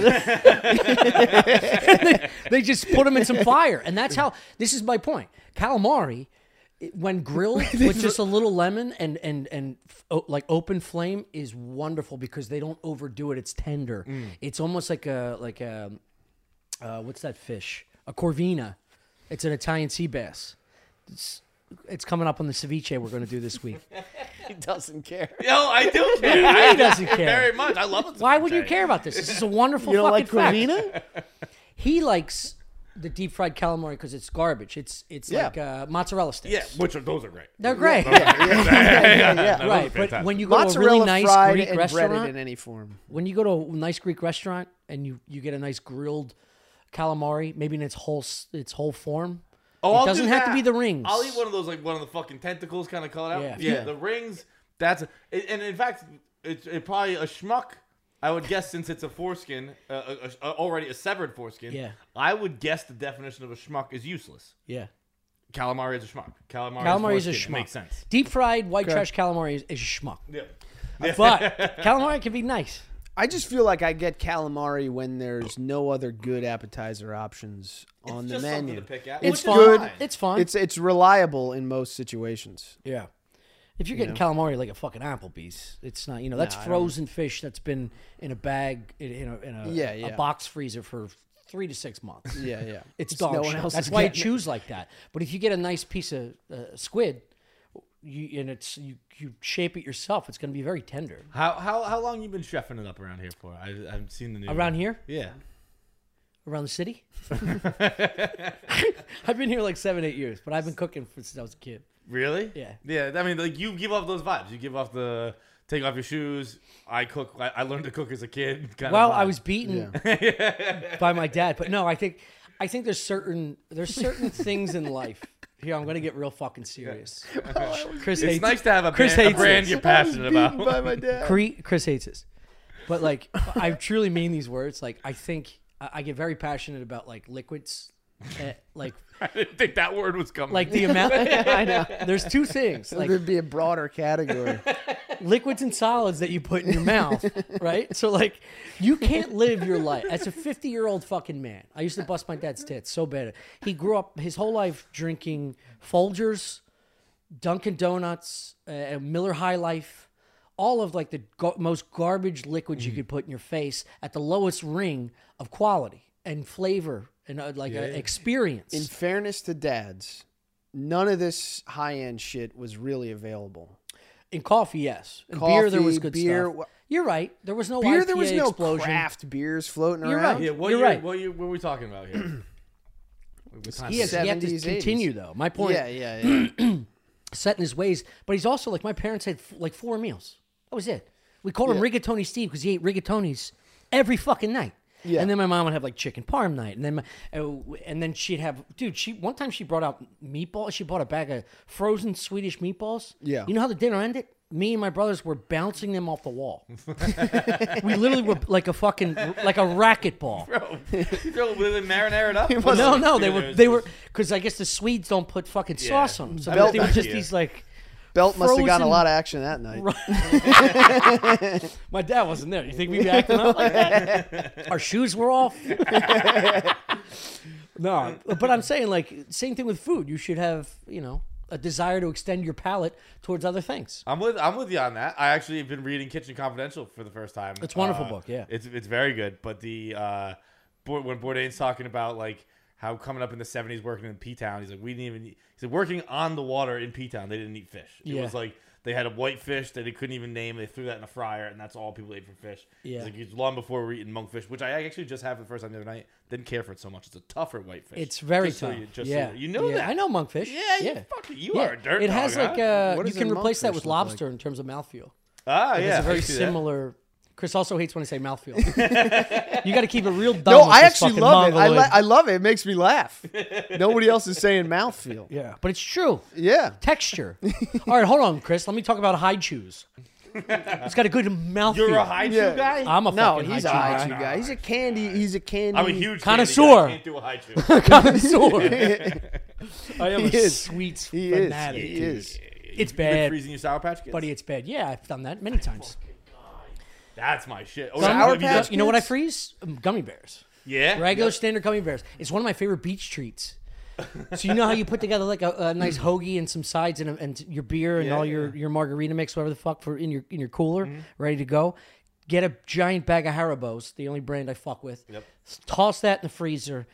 they just put them in some fire, and that's how. This is my point. Calamari, it- when grilled with just a little lemon and and and f- o- like open flame, is wonderful because they don't overdo it. It's tender. It's almost like a like a uh, what's that fish? A corvina. It's an Italian sea bass. It's, it's coming up on the ceviche we're going to do this week. He doesn't care. yo, I do care. He doesn't I, very care. much. I love it. Why would you care about this? This is a wonderful. You don't fucking like fact. Corvina? he likes the deep fried calamari because it's garbage. It's it's Yeah. like uh, mozzarella sticks. Yeah, which are those are great. they're great. yeah. those are right, but fantastic. when you go to a Mozzarella really nice fried Greek and breaded in restaurant, any form. when you go to a nice Greek restaurant and you you get a nice grilled calamari, maybe in its whole s- its whole form, Oh, It I'll doesn't do have to that. be the rings. I'll eat one of those, like one of the fucking tentacles, kind of colored out. Yeah. Yeah, Yeah. the rings. That's it, and in fact, it's it probably a schmuck. I would guess since it's a foreskin, uh, a, a, already a severed foreskin. Yeah. I would guess the definition of a schmuck is useless. Yeah. Calamari is a schmuck. Calamari, Calamari is is a foreskin. schmuck. It makes sense. Deep fried white trash calamari is, is a schmuck. Yeah. But calamari can be nice. I just feel like I get calamari when there's no other good appetizer options on the just something menu. to pick at. It's Which is good. fine. It's fun. It's it's reliable in most situations. Yeah. If you're getting calamari like a fucking Applebee's, it's not. You know, that's No, I don't- frozen fish that's been in a bag in, in a in a, Yeah, a yeah. box freezer for three to six months. Yeah, yeah. It's no dog one shit. else That's is why I getting it. choose like that. But if you get a nice piece of uh, squid, you and it's you you shape it yourself. It's going to be very tender. How how how long you been chefing it up around here for? I I've seen the new Around here, Yeah. around the city. I've been here like seven, eight years, but I've been cooking for, since I was a kid. Really? Yeah. Yeah. I mean, like you give off those vibes. You give off the take off your shoes. I cook. I, I learned to cook as a kid. Kind Well, of I vibe. was beaten by my dad, but no, I think I think there's certain there's certain things in life. Here, I'm gonna get real fucking serious. Oh, Chris It's hates nice to have a, Chris brand, a hates brand this. you're passionate about. Beaten by my dad. Cre- Chris hates this, but like I truly mean these words. Like I think I, I get very passionate about like liquids, eh, like I didn't think that word was coming. like the amount. I know. There's two things like There'd be a broader category. liquids and solids that you put in your mouth, right? So like you can't live your life as a 50-year-old fucking man. I used to bust my dad's tits so bad. He grew up his whole life drinking Folgers, Dunkin' Donuts, uh, Miller High Life, all of like the go- most garbage liquids Mm. you could put in your face at the lowest ring of quality and flavor and uh, like a experience. in fairness to dads, none of this high end shit was really available. In coffee, yes. In beer, there was Coffee, good beer, stuff. wh- You're right. There was no Beer, IPA there was no explosion. craft beers floating You're around. right. yeah, what You're year- right. What, year, what were we talking about here? What time He is has it? yet to 70s, 80s. continue, though. My point, Yeah, yeah, yeah. set in his ways. But he's also like my parents had f- like four meals. That was it. We called him Rigatoni Steve because he ate rigatonis every fucking night. Yeah. And then my mom would have like chicken parm night, and then my, uh, and then she'd have dude. She one time she brought out meatballs. She bought a bag of frozen Swedish meatballs. Yeah. You know how the dinner ended? Me and my brothers were bouncing them off the wall. we literally were like a fucking like a racquetball. Bro, you throw it with marinara it up. no, no, they were they were because I guess the Swedes don't put fucking sauce on them, so Belt they were just idea. these like. Belt must have gotten a Frozen- lot of action that night. My dad wasn't there. You think we'd be acting up like that? Our shoes were off. no, but I'm saying like same thing with food. You should have you know a desire to extend your palate towards other things. I'm with I'm with you on that. I actually have been reading Kitchen Confidential for the first time. Uh, It's a wonderful book, yeah. it's it's very good. But the uh, Bour- when Bourdain's talking about like how coming up in the '70s working in P Town, he's like we didn't even. Eat. He said working on the water in P Town, they didn't eat fish. It Yeah. was like they had a white fish that they couldn't even name. They threw that in a fryer, and that's all people ate for fish. He's Yeah. like it's long before we were eating monkfish, which I actually just had for the first time the other night. Didn't care for it so much. It's a tougher white fish. It's very Just so tough. you- just so yeah, you know Yeah, that. I know monkfish. Yeah, you, yeah. fucking- you Yeah. are a dirt. It has dog, like huh? uh, What you does can a replace that monkfish with look like? lobster in terms of mouthfeel. ah yeah, It's a very I see that. similar. Chris also hates when I say mouthfeel. you got to keep it real dumb. No, with I this actually fucking love it. I, Mongoloid. la- I love it. It makes me laugh. Nobody else is saying mouthfeel. yeah, but it's true. Yeah. texture. All right, hold on, Chris. Let me talk about high chews. It's got a good mouth. You're feel. a high Yeah. chew guy. I'm a No, fucking he's a high high chew chew guy. He's a candy. He's a candy. Mm, I'm a huge Connoisseur. Candy guy. I can't do a high chew. connoisseur. I am He a is. sweets He is. fanatic. He is. It's You've bad. Been freezing your sour patch kids, Buddy, it's bad. Yeah, I've done that many times. That's my shit. Oh, Sour have you done- Patch You know what I Kids? freeze? Um, Gummy bears. Yeah. Regular standard gummy bears. It's one of my favorite beach treats. So you know how you put together like a, a nice hoagie and some sides and, a, and your beer and Yeah, all your, your margarita mix, whatever the fuck, for in your in your cooler, ready to go. Get a giant bag of Haribo's, the only brand I fuck with. Yep. Toss that in the freezer.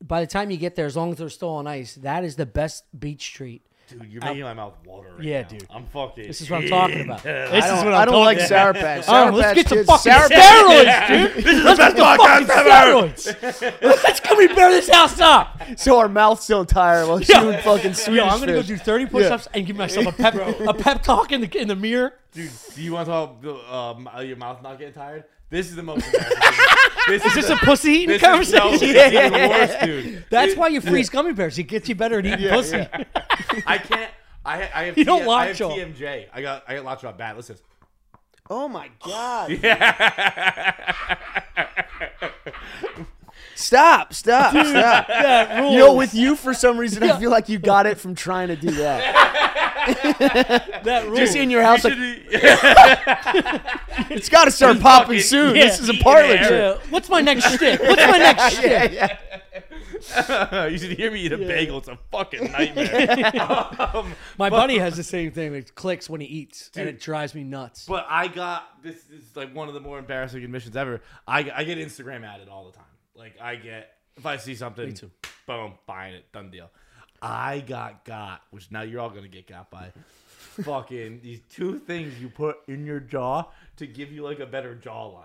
By the time you get there, as long as they're still on ice, that is the best beach treat. Dude, you're making my mouth water right Yeah, now. dude. I'm fucking. This is what I'm talking about. This I is don't, what I I'm don't talking like about. Sour Patch. Oh, Sour let's Patch get some Kids- fucking Sour Patch. steroids, dude. This is the best Fucking podcast ever. steroids. Let's gummy bear this house up. So our mouths don't tire while Yo. chewing fucking Swedish Yo, I'm gonna fish. go do 30 push-ups and give myself a pep a pep talk in the in the mirk. Dude, do you want to talk about um, your mouth not getting tired? This is the most. embarrassing thing. this Is this a pussy eating this is- no, conversation? this is even worse, dude. That's It- why you freeze gummy bears. It gets you better at eating pussy. I can't. I, I have. You don't TM I lock have jaw. TMJ. I got. I got lockjaw bad. Listen. Oh my god. stop, stop, stop. That rules. You know, with you for some reason I feel like you got it from trying to do that. that rules. Just in your house like, Should- it's gotta start You popping fucking- soon. yeah, this is a eat parlor it, trick. Yeah. What's my next shit? What's my next shit? Yeah, yeah. you should hear me eat a bagel. It's a fucking nightmare. um, My buddy has the same thing. It clicks when he eats, and it drives me nuts. but I got this is like one of the more embarrassing admissions ever. I, I get Instagram added all the time. Like I get if I see something, too. boom, buying it, done deal. I got got, which now you're all gonna get got by. fucking these two things you put in your jaw to give you like a better jawline.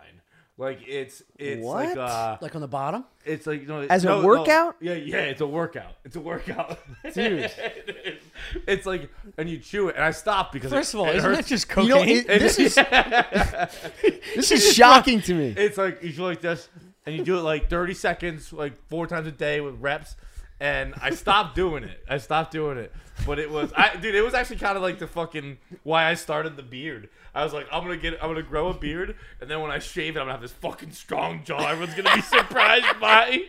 Like it's it's like What? uh like on the bottom. It's like you know, As a no, no. workout? Yeah, yeah, it's a workout. It's a workout, dude. it's like, and you chew it, and I stopped because it- First of all, it isn't hurts. that just You cocaine? know, it, this is this is shocking to me. It's like you do like this, and you do it like 30 seconds, like four times a day with reps. And I stopped doing it. I stopped doing it. But it was, I dude, it was actually kind of like the fucking why I started the beard. I was like, I'm gonna get, I'm gonna grow a beard, and then when I shave it, I'm gonna have this fucking strong jaw. Everyone's gonna be surprised by.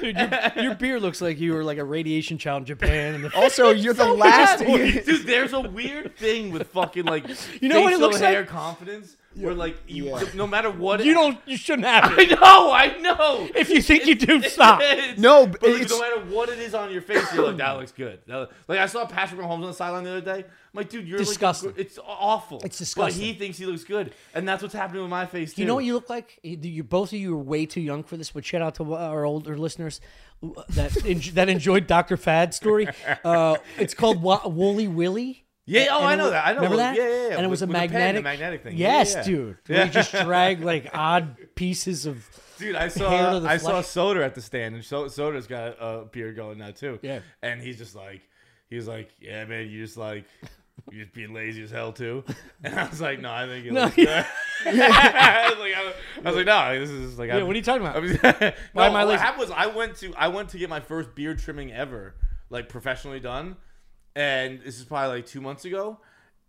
Dude, your, your beer looks like you were like a radiation child in Japan. And Oh. the, Also, you're the last. Dude, there's a weird thing with fucking like You know what it facial looks hair like? confidence where like you Yeah. no matter what you don't. You shouldn't have I it. know I know If you think you do, stop. It's- No, but but it's- no matter what it is on your face, you're like that looks good. That- Like I saw Patrick Mahomes on the sideline the other day. I'm like, dude, you're like- Disgusting. it's awful. It's But he disgusting. thinks he looks good, and that's what's happening with my face too. You know what you look like? You, you both of you are way too young for this. But shout out to uh, our older listeners uh, that en- that enjoyed Dr. Fad's story. Uh, it's called Wa- Wooly Willy. Yeah, oh, And I it know was- that. I know Remember well, that? Yeah, yeah, yeah. And it With- was a with the pen, the magnetic, magnetic thing. Yeah, Yes, yeah, yeah. dude. Where you just drag like odd pieces of. Dude, I hair saw to the I saw flesh. Soder at the stand, and so, Soder's got a beard going now too. Yeah. and he's just like, he was like, yeah, man, you just like, you just being lazy as hell too. And I was like, no, I think it No, looks good. yeah. I, was like, I, was like, no, like, this is like, Yeah, what are you talking about? about? Why am I What lazy? happened was I went to I went to get my first beard trimming ever, like professionally done, and this is probably like two months ago.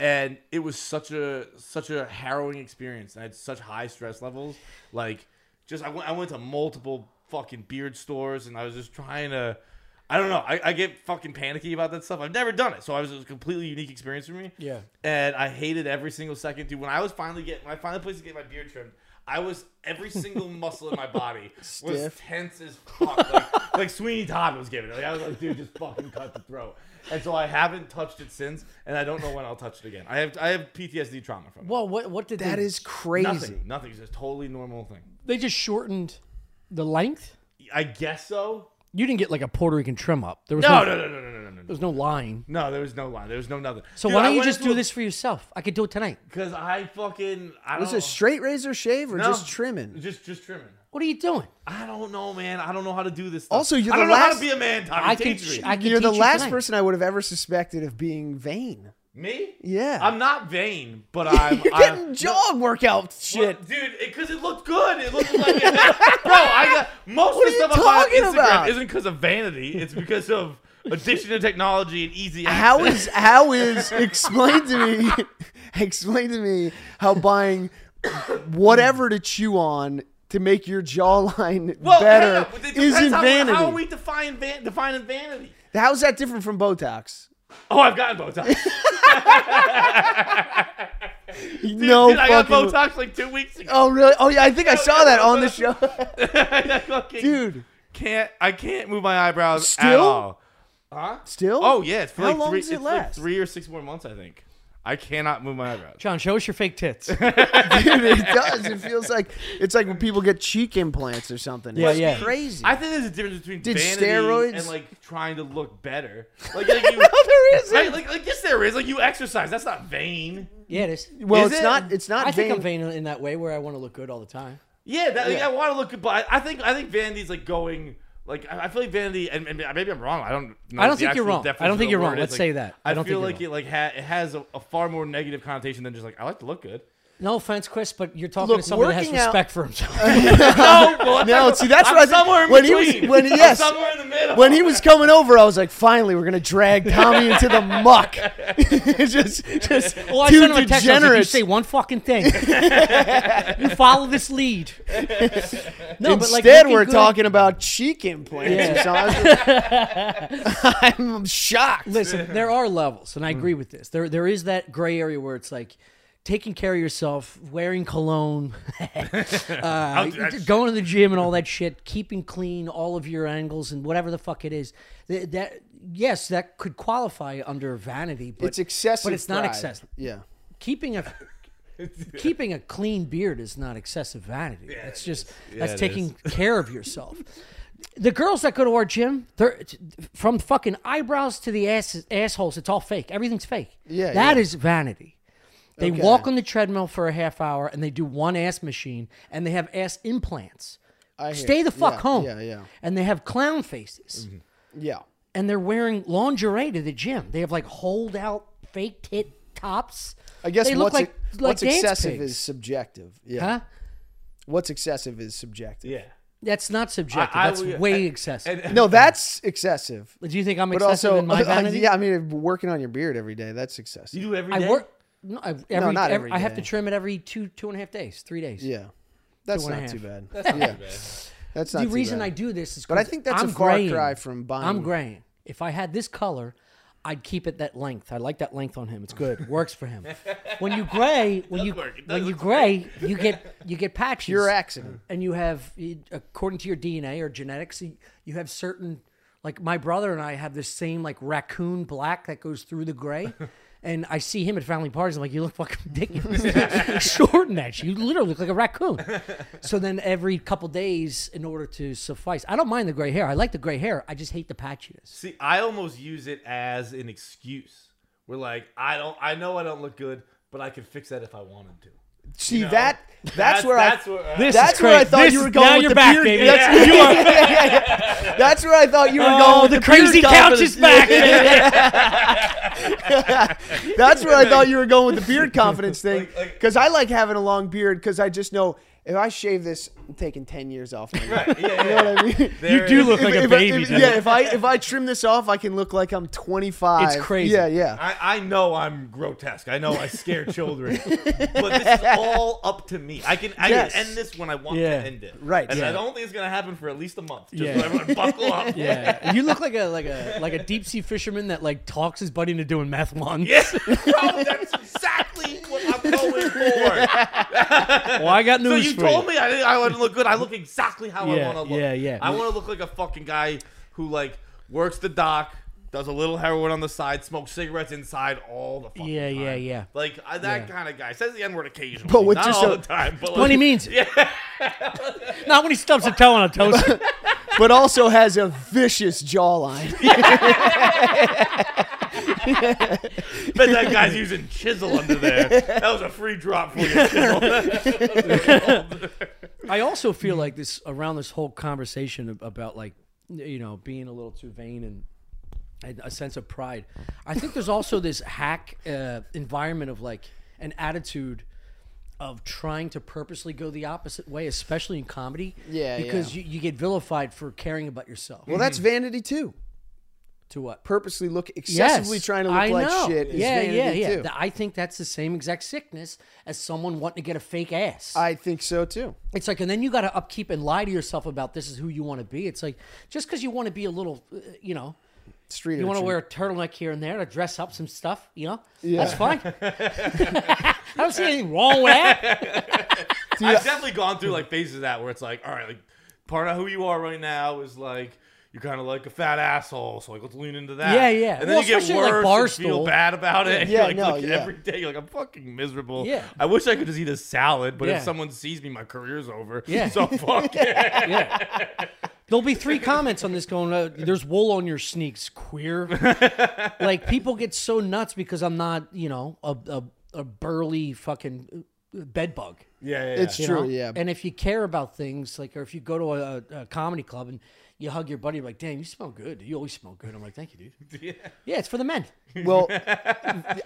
And it was such a such a harrowing experience. I had such high stress levels. Like, just I went I went to multiple fucking beard stores, and I was just trying to. I don't know. I, I get fucking panicky about that stuff. I've never done it, so I was, it was a completely unique experience for me. Yeah. And I hated every single second, dude. When I was finally get when I finally placed to get my beard trimmed, I was every single muscle in my body was Stiff. tense as fuck. Like, like Sweeney Todd was giving it. Like, I was like, dude, just fucking cut the throat. And so I haven't touched it since, and I don't know when I'll touch it again. I have I have PTSD trauma from it. Well, what what did That they, is crazy. Nothing. Nothing. It's just a totally normal thing. They just shortened the length. I guess so. You didn't get like a Puerto Rican trim up. There was No, no, no, no, no, no, no, no, there no. was no line. No, there was no line. There was no nothing. So why don't you just do this for yourself? I could do it tonight. Because I fucking I don't Was it straight razor shave or No. just trimming? just just trimming. What are you doing? I don't know, man. I don't know how to do this. Stuff. Also, you're I the don't know how last- to be a man. Tommy. I Teach could, me. I could You're the teach you last tonight. person I would have ever suspected of being vain. me. Yeah. I'm not vain, but I'm. You're I'm- getting jog workout shit. Well, dude, because it, looked good. It looked like it, bro. I got most What are of the you stuff I buy talking on Instagram about? isn't because of vanity. It's because of addiction to technology and easy. How access. is how is explain to me explain to me how buying whatever to chew on to make your jawline well, better hang on, it depends isn't how, vanity. How are we define van, defining vanity? How's that different from Botox? Oh, I've gotten Botox. no Dude, I got fucking- Botox like two weeks ago. Oh really? Oh yeah, I think I saw yeah, that no, on no. the show. I fucking Dude, can't. I can't move my eyebrows at Still? all. Huh? still? Oh yeah, it's for How like long three, does it it's like last? three or six more months, I think. I cannot move my eyebrows. John, show us your fake tits. Dude, it does. It feels like it's like when people get cheek implants or something. Yeah, it's yeah. crazy. I think there's a difference between Did vanity steroids- and like trying to look better. Like, like you, no, there isn't. Right? Like, like yes, there is. Like you exercise. That's not vain. yeah, it is. well, Is it's it? not. It's not I think vain. I'm vain in that way where I want to look good all the time. Yeah, that, like, Yeah. I want to look good, but I, I think I think vanity's like going. Like I I feel like vanity, and, and maybe I'm wrong. I don't. Know I don't the think you're actual wrong. I definition don't of think the you're word. wrong. It's Let's like- say that. I don't feel think like you're it like ha- it has a, a far more negative connotation than just like I like to look good. No offense, Chris, but you're talking Look, to somebody that has working out- respect for himself. no, well, No, see, that's I'm what I think- somewhere in when he was- between. when- I'm yes. somewhere in the middle. When he was coming over, I was like, "Finally, we're gonna drag Tommy into the muck." just, just Well, I two sent him a text. I was like, you degenerates. say one fucking thing. you follow this lead. No, but like Instead, looking we're good- talking about cheek implants. Yeah. So I was- I'm shocked. Listen, there are levels, and I agree with this. There, there is that gray area where it's like taking care of yourself, wearing cologne, uh, that's- going to the gym, and all that shit. Keeping clean, all of your angles, and whatever the fuck it is. Th- That, yes, that could qualify under vanity, but it's excessive, But it's not pride. excessive. Yeah. Keeping a keeping a clean beard is not excessive vanity. that's just that's it taking care of yourself. The girls that go to our gym, they're from fucking eyebrows to the ass, assholes. It's all fake. Everything's fake. Yeah, that yeah. is vanity. They Okay. walk on the treadmill for a half hour and they do one ass machine and they have ass implants. I hear Stay you. the fuck Yeah, home. yeah, yeah. And they have clown faces Mm-hmm. Yeah. and they're wearing lingerie to the gym. They have like hold out fake tit tops. I guess they what's, look like, ex- like what's dance excessive pigs. is subjective. Yeah. Huh? What's excessive is subjective. yeah. That's not subjective. I- I That's would- way and- excessive. and- No, that's excessive. Do you think I'm But excessive also, in my vanity? yeah, I mean, working on your beard every day, that's excessive. you do it every I day. work. No, I, every, not every- every I have day. to trim it every two two and a half days, three days. yeah. That's Two and a not too half. bad. That's yeah. That's not The too reason bad. I do this is But I think that's I'm a far graying. cry from buying. I'm graying. If I had this color, I'd keep it that length. I like that length on him. It's good. Works for him. When you gray, when you work. It does when you look gray, you get you get patches. Pure accident. and you have you- according to your DNA or genetics, you you have certain like my brother and I have this same like raccoon black that goes through the gray. And I see him at family parties. I'm like, you look fucking ridiculous. Shorten that. shit. You literally look like a raccoon. So then every couple days, in order to suffice, I don't mind the gray hair. I like the gray hair. I just hate the patchiness. See, I almost use it as an excuse. We're like, I don't, I know I don't look good, but I could fix that if I wanted to. See You know? that? That's, where that's I. where uh, This that's is where I great. thought This you is- were going now with you're the back, beard. baby. That's, yeah, yeah, yeah. That's where I thought you were going Oh, with the the beard crazy color for couch this- is back. That's where I thought you were going with the beard confidence thing. Like- like- Because I like having a long beard because I just know if I shave this, I'm taking 10 years off. my life. Right. Yeah, You know what I mean? There do is- look like a If I- baby. if- dude. yeah, if I if I trim this off, I can look like I'm 25. It's crazy. Yeah, yeah. I, I know I'm grotesque. I know I scare children, but this is all up to me. I can I Yes. can end this when I want Yeah. to end it. Right, and yeah. I don't think it's gonna happen for at least a month. Just Yeah. so everyone buckle up. Yeah, you look like a like a like a deep sea fisherman that like talks his buddy into doing meth ones. Yes, no, Oh, that's exactly what I'm going for. Well, I got So news you for told you. me I, I wouldn't look good. I look exactly how Yeah, I want to look. yeah, yeah. I want to look like a fucking guy who like works the dock, does a little heroin on the side, smokes cigarettes inside all the fucking Yeah, time. yeah, yeah. Like I that Yeah. kind of guy says the n word occasionally, But with not just all a- the time. But When he like, means it. Not when he stubs a toe on a toaster. But also has a vicious jawline. bet that guy's using chisel under there. That was a free drop for you. I also feel like this around this whole conversation ab- about like you know being a little too vain and and a sense of pride. I think there's also this hack uh, environment of like an attitude of trying to purposely go the opposite way, especially in comedy. Yeah, yeah. because You, you get vilified for caring about yourself. Well, that's vanity too. to what? Purposely look excessively trying to look I like know. shit. Is yeah, vanity yeah, yeah. Too. Th- I think that's the same exact sickness as someone wanting to get a fake ass. I think so too. It's like, and then you got to upkeep and lie to yourself about this is who you want to be. It's like just because you want to be a little, uh, you know, Street. you want urchin. to wear a turtleneck here and there to dress up some stuff, you know, that's fine. I don't see anything wrong with that. I've definitely gone through like phases of that where it's like, all right, like part of who you are right now is like you're kind of like a fat asshole, so like let's lean into that. Yeah, yeah. And then Well, you get especially, like, worse, and feel Barstool. bad about it. and Yeah, you're like no, look, yeah. every day you're like I'm fucking miserable. Yeah. I wish I could just eat a salad, but Yeah. if someone sees me, my career's over. Yeah. So fuck it. There'll be three comments on this going, uh, there's wool on your sneaks, queer. like people get so nuts because I'm not, you know, a, a, a burly fucking uh, bed bug. Yeah, yeah. It's yeah. true. know? Yeah. And if you care about things, like, or if you go to a, a comedy club and you hug your buddy, you're like, damn, you smell good. You always smell good. I'm like, thank you, dude. Yeah, it's for the men. Well,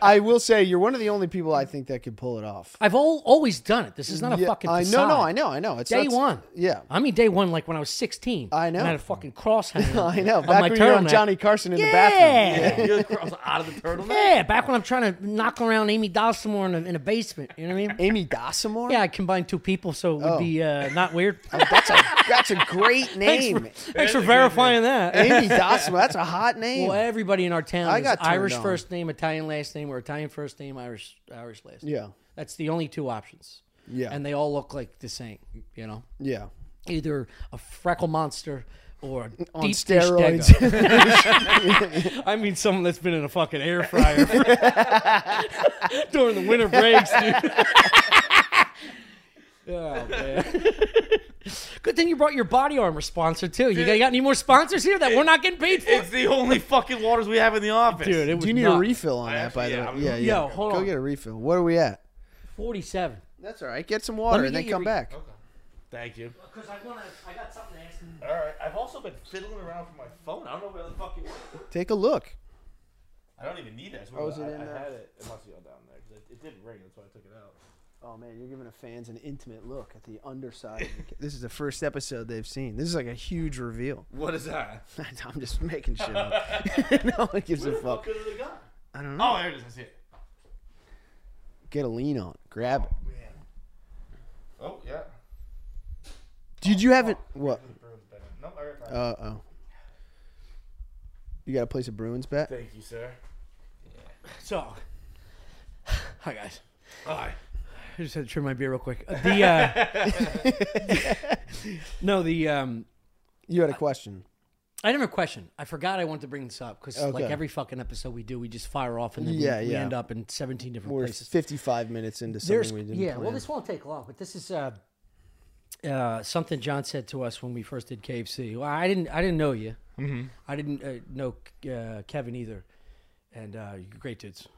I will say you're one of the only people I think that could pull it off. I've all, always done it. This is not a Yeah, fucking. I facade. no, no, I know, I know. It's Day not- one. Yeah, I mean, day one, like when I was 16. I and know. I had a fucking cross hanging. I know. on Back my when you were on turtleneck. Johnny Carson in the Yeah. bathroom. You cross out of the turtleneck. Yeah, back when I'm trying to knock around Amy Dawson in a, in a basement. You know what I mean? Amy Dossimore. Yeah, I combined two people, so it would Oh. be uh, not weird. that's a that's a great Thanks name. for, thanks for a great verifying that. Amy Dossimore. That's a hot name. Well, eh, everybody in our town I is got turned Irish on. first name, Italian last name, or Italian first name, Irish Irish last name. Yeah. That's the only two options. Yeah. And they all look like the same, you know? Yeah. Either a freckle monster or a On deep dish steroids. Dago. I mean, someone that's been in a fucking air fryer for- during the winter breaks, dude. oh man! Good thing you brought your body armor sponsor too. You got, you got any more sponsors here that we're not getting paid for, It's the only fucking waters we have in the office. dude? It was Do you need nuts. a refill on I that, by actually- the yeah, way? I'm- Yeah, yeah. Yo, hold Go on. get a refill. What are we at? Forty-seven. That's all right. Get some water me and get then your come re- back. Thank you. Because I want to. I got something to ask. All right. I've also been fiddling around for my phone. I don't know where the fuck it went. Take a look. I don't even need it. Oh, is it I, in I there? had it. It must be all down there 'cause it, it didn't ring. That's why I took it out. Oh man, you're giving the fans an intimate look at the underside. of the ca- this is the first episode they've seen. This is like a huge reveal. What is that? I'm just making shit up. no one gives Where a the fuck fuck. could it have gone? I don't know. Oh, there it is. I see it. Get a lean on. it. Grab it. Man. Oh yeah. Did you have it? What? The Bruins better. No, I got time. Uh oh. You got to place a Bruins bet. Thank you, sir. So, hi guys. Hi. I just had to trim my beer real quick. Uh, The uh, no, the um, You had a question. I have a question. I forgot I wanted to bring this up because, like Okay. every fucking episode we do, we just fire off and then Yeah, we, we yeah. end up in seventeen different We're places. 55 minutes into something There's we didn't yeah. Well, plan. this won't take long, but this is uh, uh, something John said to us when we first did KFC. Well, I didn't. I didn't know you. Mm-hmm. I didn't uh, know uh, Kevin either, and uh, you're great dudes.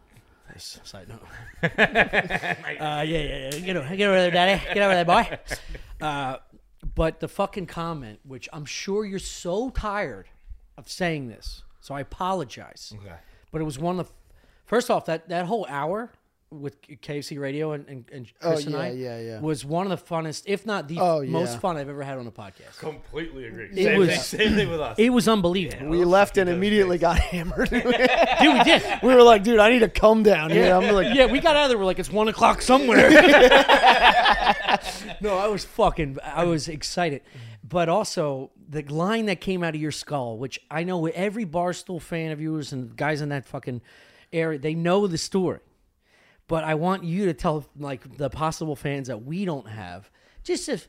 Nice side note. Uh, yeah, yeah, yeah. Get over, get over there, daddy. Get over there, boy. Uh, but the fucking comment, which I'm sure you're so tired of saying this, so I apologize. Mm-hmm. Okay. But it was one of the first off that that whole hour with KFC Radio and and, and Chris and Oh, yeah, I yeah, yeah. was one of the funnest, if not the Oh, yeah. most fun I've ever had on a podcast. Completely agree. It same was- thing. Same thing with us. It was unbelievable, we left and immediately got hammered. dude. We did. we were like, dude, I need to come down here. I'm like, Yeah, we got out of there. We're like, it's one o'clock somewhere. no, I was fucking, I was excited. But also, the line that came out of your skull, which I know every Barstool fan of yours and guys in that fucking area, they know the story. But I want you to tell, like, the possible fans that we don't have, just if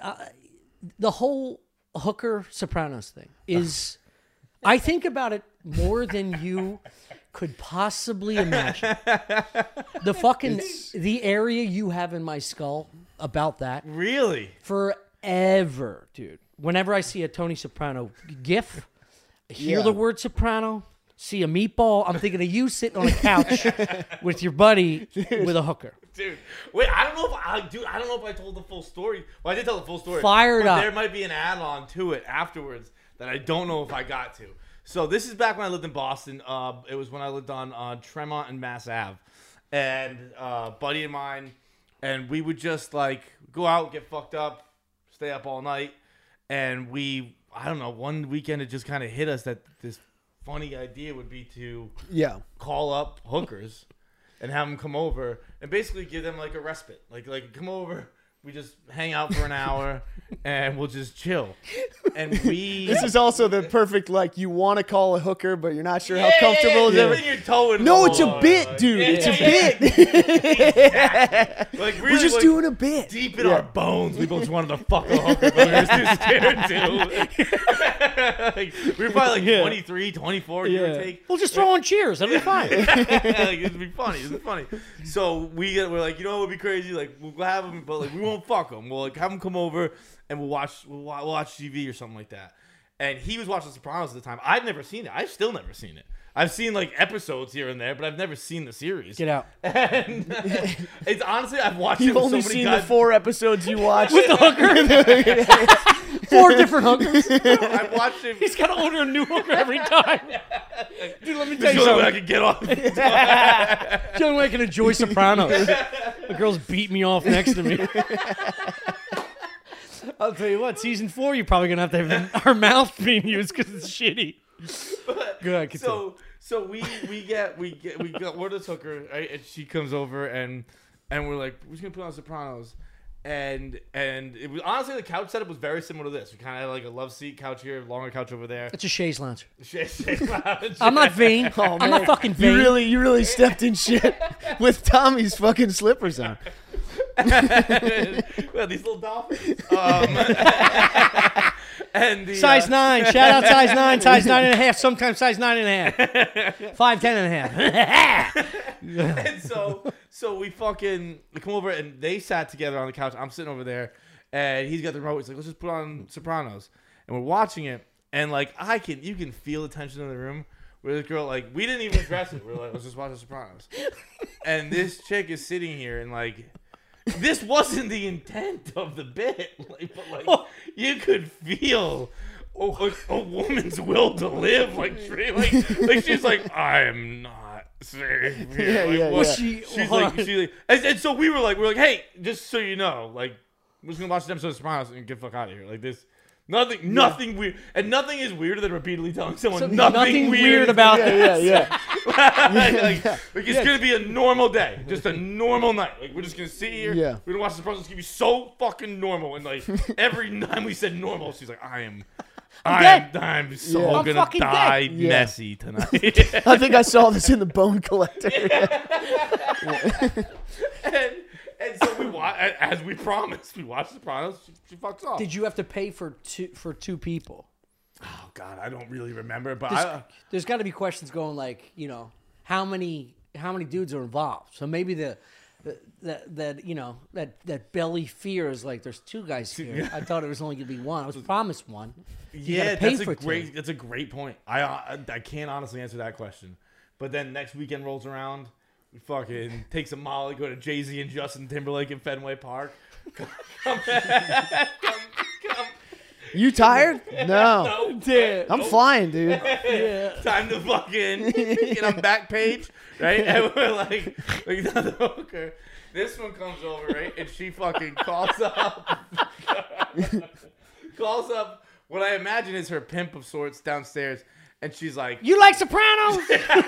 uh, the whole hooker Sopranos thing is. I think about it more than you could possibly imagine. The fucking the area you have in my skull about that really. forever, dude. Whenever I see a Tony Soprano gif, hear Yeah. the word soprano, see a meatball, I'm thinking of you sitting on a couch with your buddy with a hooker. Dude, wait! I don't know if I, dude, I don't know if I told the full story. Well, I did tell the full story. Fired but up. There might be an add-on to it afterwards that I don't know if I got to. So this is back when I lived in Boston. Uh, it was when I lived on uh, Tremont and Mass Ave, and uh, buddy of mine, and we would just like go out, get fucked up, stay up all night, and we, I don't know, one weekend it just kind of hit us that this funny idea would be to yeah. call up hookers and have them come over and basically give them like a respite. Like like come over, we just hang out for an hour and we'll just chill. And we This is also the perfect like you want to call a hooker, but you're not sure how Yeah, yeah, comfortable. yeah, it is. everything you're towing No, along, it's a bit, like- dude. Yeah, it's a yeah, yeah. bit. Like really, We're just like, doing a bit. deep in our bones. We both wanted to fuck a hooker, but we were too scared to. like, we were probably like 23, 24, give or take. We'll just throw in cheers. That'll be fine. like, it'd be funny. It'd be funny. So we get, we're like, you know, what would be crazy. Like we'll have them, but like we won't fuck them. We'll like have them come over and we'll watch we'll wa- watch TV or something like that. And he was watching Sopranos at the time. I've never seen it. I've still never seen it. I've seen like episodes here and there, but I've never seen the series. Get out. And it's honestly, I've watched it You've with only so many seen guys. the four episodes you watched. The hooker. four different hookers. I watched him. He's got to order a new hooker every time. Dude, let me tell There's you no way I something. could get off. It's the only way I can enjoy Sopranos. the girls beat me off next to me. I'll tell you what, season four, you're probably going to have to have our mouth being used because it's shitty. Good. continue. so so we we get we get we got we're the hooker right? and she comes over and and we're like we're just gonna put on Sopranos and and it was honestly the couch setup was very similar to this we kind of had like a love seat couch here longer couch over there it's a chaise lounge. Oh, I'm I'm not vain. I'm not fucking vain. You really, you really stepped in shit with Tommy's fucking slippers on. well, these little dolphins um, and the, Size uh, nine. Shout out size nine, size nine and a half, sometimes size nine and a half. Five, ten and a half. and so so we fucking we come over and they sat together on the couch. I'm sitting over there, and he's got the remote. He's like, let's just put on Sopranos, and we're watching it. And like I can, you can feel the tension in the room. Where this girl, like, we didn't even address it. We're like, let's just watch The Sopranos. And this chick is sitting here and like. This wasn't the intent of the bit, like, but like you could feel a, a, a woman's will to live, like, tra- like, like she's like, I'm not safe here. Yeah, like, yeah, what- yeah. She- she's like, what? she's like, and, and so we were like, we are like, hey, just so you know, like, we're just gonna watch an episode of Sopranos and get the fuck out of here. Like this, nothing, nothing weird, and nothing is weirder than repeatedly telling someone nothing, weird, about Yeah, yeah, yeah. like, like, like, it's gonna be a normal day, just a normal night. Like we're just gonna sit here, Yeah. we're gonna watch Sopranos. It's gonna be so fucking normal, and like every time we said normal, she's like, I am. I'm, dead. I'm so Yeah. I'm gonna fucking dead. die Yeah. messy tonight. I think I saw this in the Bone Collector. and, and so we watch, as we promised, we watch Sopranos. She, she fucks off. Did you have to pay for two for two people? oh God, I don't really remember, but There's- I, there's got to be questions going like, you know, how many how many dudes are involved? So maybe the that that you know that that belly fear is like there's two guys here. I thought it was only gonna be one. I was promised one. You yeah, gotta pay that's for a two. great that's a great point. I, I I can't honestly answer that question, but then next weekend rolls around. We fucking take some Molly, go to Jay Z and Justin Timberlake in Fenway Park. You tired? Oh, No. Yeah. I'm flying, dude. Time to fucking get on back page, right? And we're like, like another hooker. This one comes over, right? And she fucking calls up, calls up what I imagine is her pimp of sorts downstairs, and she's like, You like Sopranos? "Come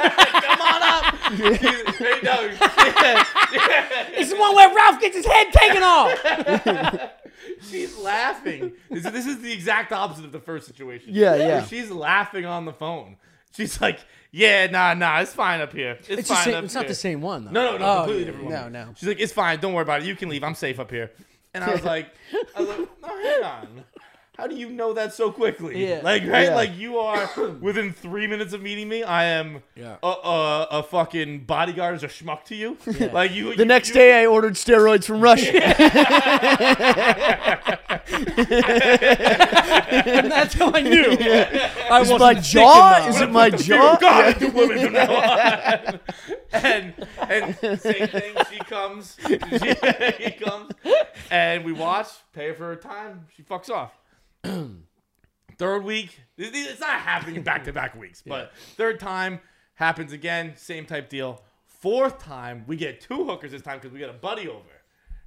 on up." Hey, no, It's the one where Ralph gets his head taken off. She's laughing. This, this is the exact opposite of the first situation. Yeah, yeah. She's laughing on the phone. She's like, "Yeah, nah, nah, it's fine up here. It's, It's, the fine same, up it's not here." the same one though. No, no, no, Oh, completely yeah, different yeah, one. No, no. She's like, "It's fine. Don't worry about it. You can leave. I'm safe up here." And I was like, "I was like, no, hang on." How do you know that so quickly? Yeah. Like, right? Yeah. Like, you are within three minutes of meeting me. I am Yeah. a, a, a fucking bodyguard is a schmuck to you. Like, you. The next day, I ordered steroids from Russia. And that's how I knew. I Is wasn't my thinking jaw? about Is it. it my jaw? God, I do women from now on. and and same thing. She comes. She, he comes, and we watch. Pay her for her time. She fucks off. third week, it- it's not happening back to back weeks, but third time happens again. Same type deal. Fourth time, we get two hookers this time because we got a buddy over,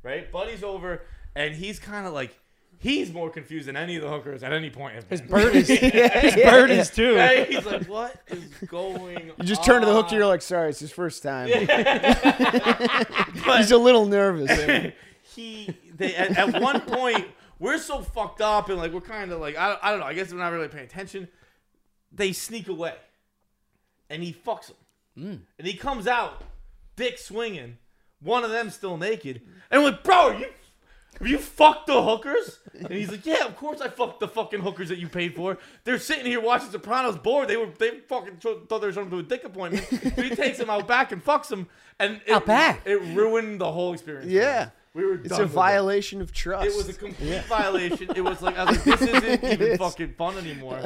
right? Buddy's over, and he's kind of like. He's more confused than any of the hookers at any point. His Bird is, his bird is too. Right? He's like, what is going on? You just turn to the Uh. hooker. You're like, sorry, it's his first time. But- He's a little nervous. he they at, at one point we're so fucked up and like we're kind of like I, I don't know I guess we're not really paying attention. They sneak away, and he fucks them, Hmm. and he comes out, dick swinging. One of them still naked, and I'm like, bro, are you have you fucked the hookers? And he's like, yeah, of course I fucked the fucking hookers that you paid for. They're sitting here watching Sopranos bored. They were they fucking tro- thought they were trying to do a dick appointment. So he takes them out back and fucks them, and it, Out back. it ruined the whole experience. Yeah. We were It's done a with it. violation of trust. It was a complete violation. It was like I was like, this isn't even fucking fun anymore.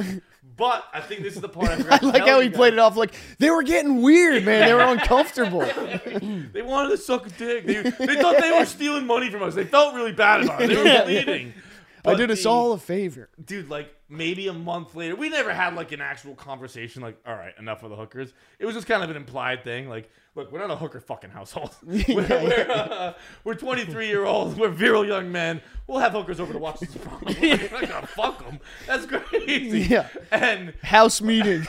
But I think this is the part I forgot. I like how he played it off like they were getting weird, man. They were uncomfortable. They wanted to suck a dick. They, they thought they were stealing money from us. They felt really bad about it. They were bleeding. I But did us the- all a favor. dude, like maybe a month later, we never had like an actual conversation. Like, all right, enough of the hookers. It was just kind of an implied thing. Like, look, we're not a hooker fucking household. we're, Yeah, we're, uh, we're 23 year olds. We're virile young men. We'll have hookers over to watch this prom. we're not gonna fuck them. That's crazy. Yeah. And House meeting.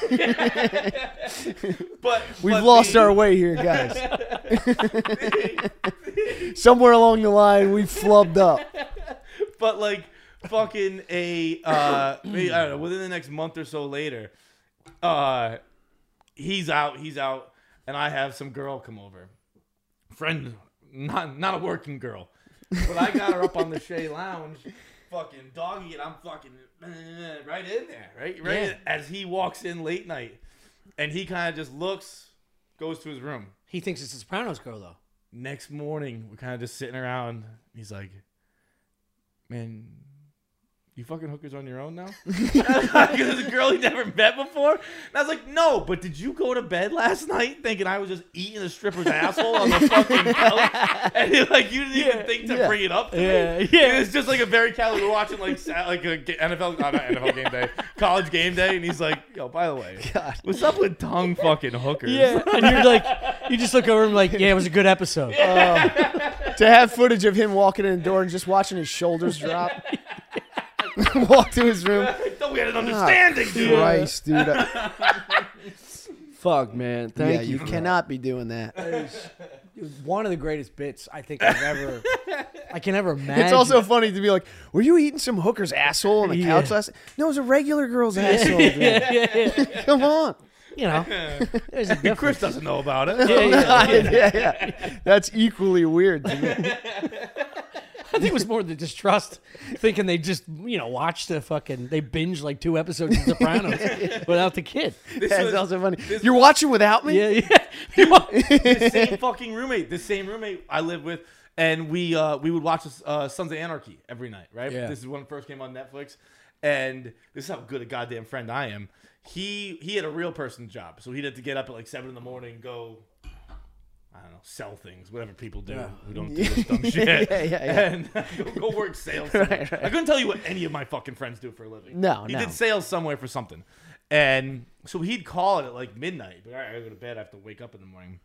but We've but lost the- our way here, guys. Somewhere along the line, we flubbed up. but like fucking a uh maybe, I don't know within the next month or so later uh he's out he's out and I have some girl come over friend not not a working girl but I got her up on the Shea lounge fucking doggy and I'm fucking eh, right in there right right Yeah. as he walks in late night and he kind of just looks goes to his room He thinks it's the Sopranos girl though. next morning, we're kind of just sitting around. and He's like, "Man, you fucking hookers on your own now?" Because it's a girl he never met before. And I was like, "No, but did you go to bed last night thinking I was just eating a stripper's asshole on the fucking couch?" And he, like, you didn't even think to yeah. bring it up. To Yeah, me? yeah. It's just like a very casual. We're watching like sa- like a ga- NFL, uh, not NFL game day, college game day, and he's like, "Yo, by the way, God. what's up with tongue fucking hookers?" and you're like, you just look over him like, yeah, it was a good episode. to have footage of him walking in the door and just watching his shoulders drop. Walk to his room. I thought we had an understanding, dude. Ah, Christ, dude. I- Fuck, man. Thank yeah, you for cannot be doing that. It was one of the greatest bits I think I've ever. I can ever imagine. It's also funny to be like, "Were you eating some hooker's asshole on the Yeah. couch last?" No, it was a regular girl's asshole. dude. Come on. you know, there's a difference. Chris doesn't know about it. Yeah, yeah, yeah. yeah, yeah. That's equally weird to me. I think it was more the distrust, thinking they just you know watched the fucking they binge like two episodes of Sopranos without the kid. That's also funny. You're watching without me? Yeah, yeah. You want- the same fucking roommate, the same roommate I live with, and we uh, we would watch uh, Sons of Anarchy every night, right? Yeah. This is when it first came on Netflix, and this is how good a goddamn friend I am. He he had a real person job, so he'd have to get up at like seven in the morning, go. I don't know, sell things, whatever people do who don't do this dumb shit. Yeah, yeah, yeah. And go, go work sales. somewhere. I couldn't tell you what any of my fucking friends do for a living. No, he no. did sales somewhere for something, and so he'd call it at like midnight. But all right, I go to bed. I have to wake up in the morning.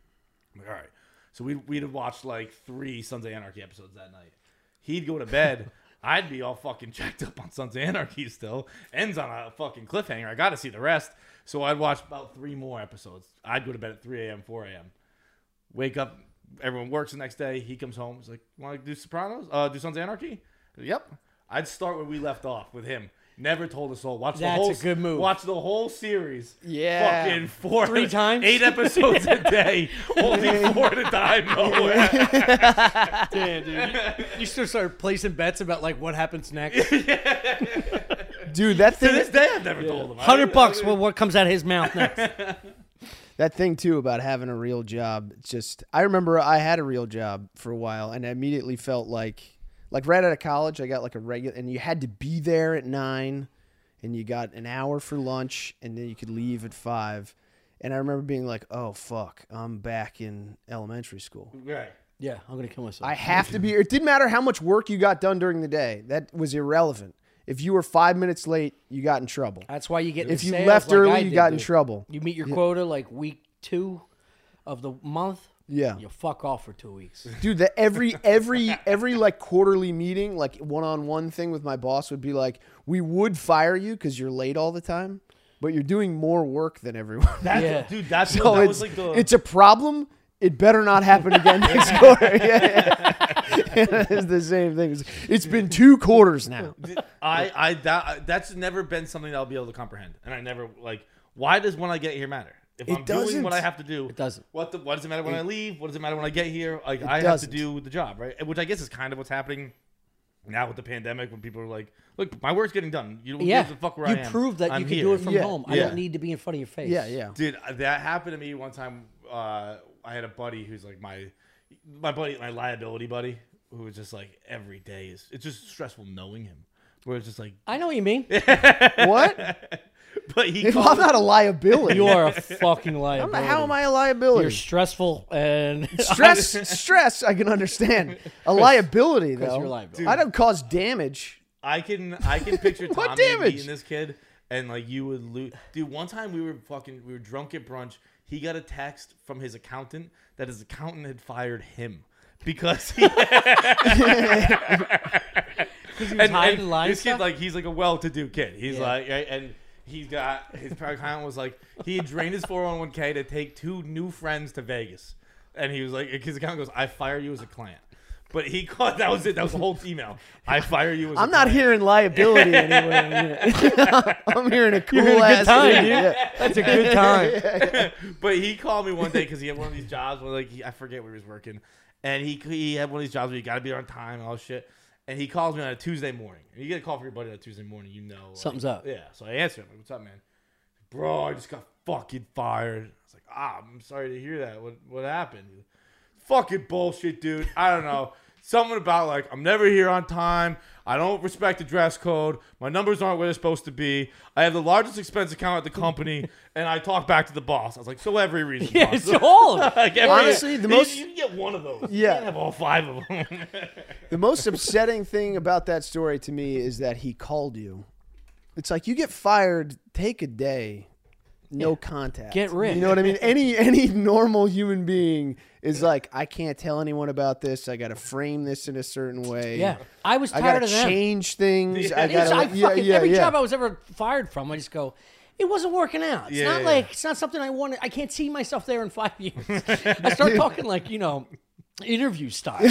I'm like, all right. So we'd, we'd have watched like three Sons of Anarchy episodes that night. He'd go to bed. I'd be all fucking jacked up on Sons of Anarchy still. Ends on a fucking cliffhanger. I got to see the rest. So I'd watch about three more episodes. I'd go to bed at 3 a.m., 4 a.m. Wake up. Everyone works the next day. He comes home. He's like, want to do Sopranos? Uh, do Sons of Anarchy? Yep. I'd start where we left off with him. Never told us all. Watch the That's whole a good move. Watch the whole series. Yeah. Fucking four Three times? eight episodes a day, only four at a time. No Damn, dude. You still start placing bets about like what happens next. Dude, that to this thing day, I've never told him. Hundred bucks. Well, what comes out of his mouth next? that thing too about having a real job it's just i remember i had a real job for a while and i immediately felt like like right out of college i got like a regular and you had to be there at nine and you got an hour for lunch and then you could leave at five and i remember being like oh fuck i'm back in elementary school Right. Yeah, I'm gonna kill myself. i have to be it didn't matter how much work you got done during the day that was irrelevant if you were five minutes late you got in trouble That's why you get. if the you sales left like early I you did, got in dude. trouble You meet your quota like week two of the month. Yeah. You fuck off for two weeks. dude the every every every like quarterly meeting like one-on-one thing with my boss would be like we would fire you because you're late all the time but you're doing more work than everyone That's, Yeah. Dude, that's so that it's, was like the. it's a problem it better not happen again next quarter yeah, yeah. it's the same thing It's- it's been two quarters now I, I that, uh, that's never been something that I'll be able to comprehend, and I never like. Why does when I get here matter? If I'm doing doesn't. what I have to do, it doesn't. What the, What does it matter when I leave? What does it matter when I get here? Like I doesn't. have to do the job, right? Which I guess is kind of what's happening now with the pandemic, when people are like, "Look, my work's getting done. You don't Yeah. give a fuck where you I am. proved that I'm you can do here." it from Yeah. home. I Yeah. don't need to be in front of your face. yeah yeah Dude, that happened to me one time. Uh, I had a buddy who's like my my buddy, my liability buddy, who was just like every day is it's just stressful knowing him. Where it's just like, I know what you mean. what but he if i'm called, not a liability You are a fucking liability. how am i a liability You're stressful and Stress, stress, I can understand. A liability, though. you're liable. I don't cause damage. I can I can picture Tommy What damage? beating this kid, and like you would lose. Dude, one time we were fucking we were drunk at brunch. He got a text from his accountant that his accountant had fired him because he, Because he was and, hiding and lying this kid stuff? like he's like a well-to-do kid. He's Yeah. like right, and he's got his parent was like he had drained his 401k to take two new friends to Vegas, and he was like his accountant goes I fire you as a client. But he caught that was it. That was the whole email. I fire you. As a I'm not client. hearing liability anywhere. I'm hearing a cool You're having a ass good time, dude. Yeah. That's a good time. but he called me one day because he had one of these jobs where like he, I forget where he was working, and he he had one of these jobs where you got to be on time and all this shit. And he calls me on a Tuesday morning. And you get a call from your buddy on a Tuesday morning, you know like- Something's up. Yeah, so I answer him. Like, What's up, man? Bro, I just got fucking fired. I was like, ah, I'm sorry to hear that. What what happened? He's like, fucking bullshit, dude. I don't know. Something about like I'm never here on time. I don't respect the dress code. My numbers aren't where they're supposed to be. I have the largest expense account at the company, and I talk back to the boss. I was like, so every reason. Yeah, boss. it's all of it. Like, every- Honestly, the you- most- you can get one of those. Yeah. you can have all five of them. The most upsetting thing about that story to me is that he called you. It's like you get fired, take a day, no contact. Get ripped. You know what I mean? Any any normal human being is like, I can't tell anyone about this. I got to frame this in a certain way. Yeah, I was I got tired to of them. change things. I It is- got I to. Yeah, fucking- yeah, every yeah. job I was ever fired from, I just go, it wasn't working out. It's Yeah, not yeah, like yeah. it's not something I wanted. I can't see myself there in five years. I start talking like you know, interview style.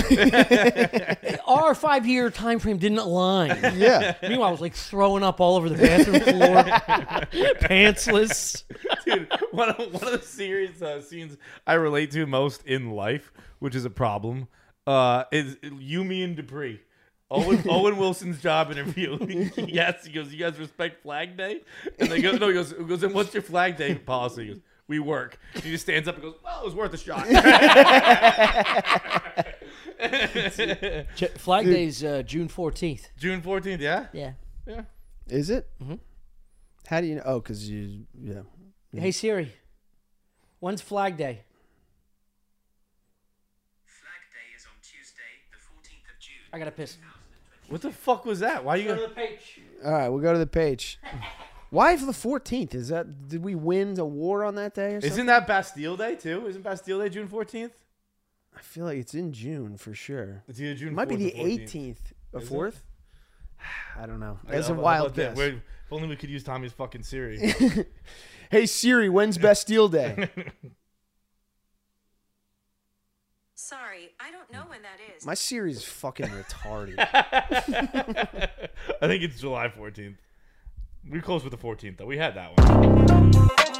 Our five year time frame didn't align. yeah. Meanwhile, I was like throwing up all over the bathroom floor, pantsless. dude. One of, one of the serious uh, scenes I relate to most in life, which is a problem, uh, is Yumi and Dupree. Owen, Owen Wilson's job interview. He asks, he goes, "You guys respect Flag Day?" And they go, "No." He goes, he goes, "And what's your Flag Day policy?" He goes, "We work." And he just stands up and goes, "Well, it was worth a shot." Ch- Flag Day's uh, June fourteenth. June fourteenth, yeah, Yeah. yeah. Is it? Mm-hmm. How do you know? Oh, because you. Yeah. Hey Siri, when's Flag Day? Flag Day is on Tuesday, the 14th of June. I gotta piss. What the fuck was that? Why you? the page. All right, we'll go to the page. Why for the 14th? Is that. Did we win a war on that day or something? Isn't that Bastille Day too? Isn't Bastille Day June fourteenth? I feel like it's in June for sure. It's either June. It might be 4th the or 14th. 18th or Is it? 4th. I don't know. That's How a about wild that? guess. We're- If only we could use Tommy's fucking Siri. Hey Siri, when's Bastille Day? Sorry, I don't know when that is. My Siri's fucking retarded. I think it's July 14th. We're close with the 14th, though. We had that one.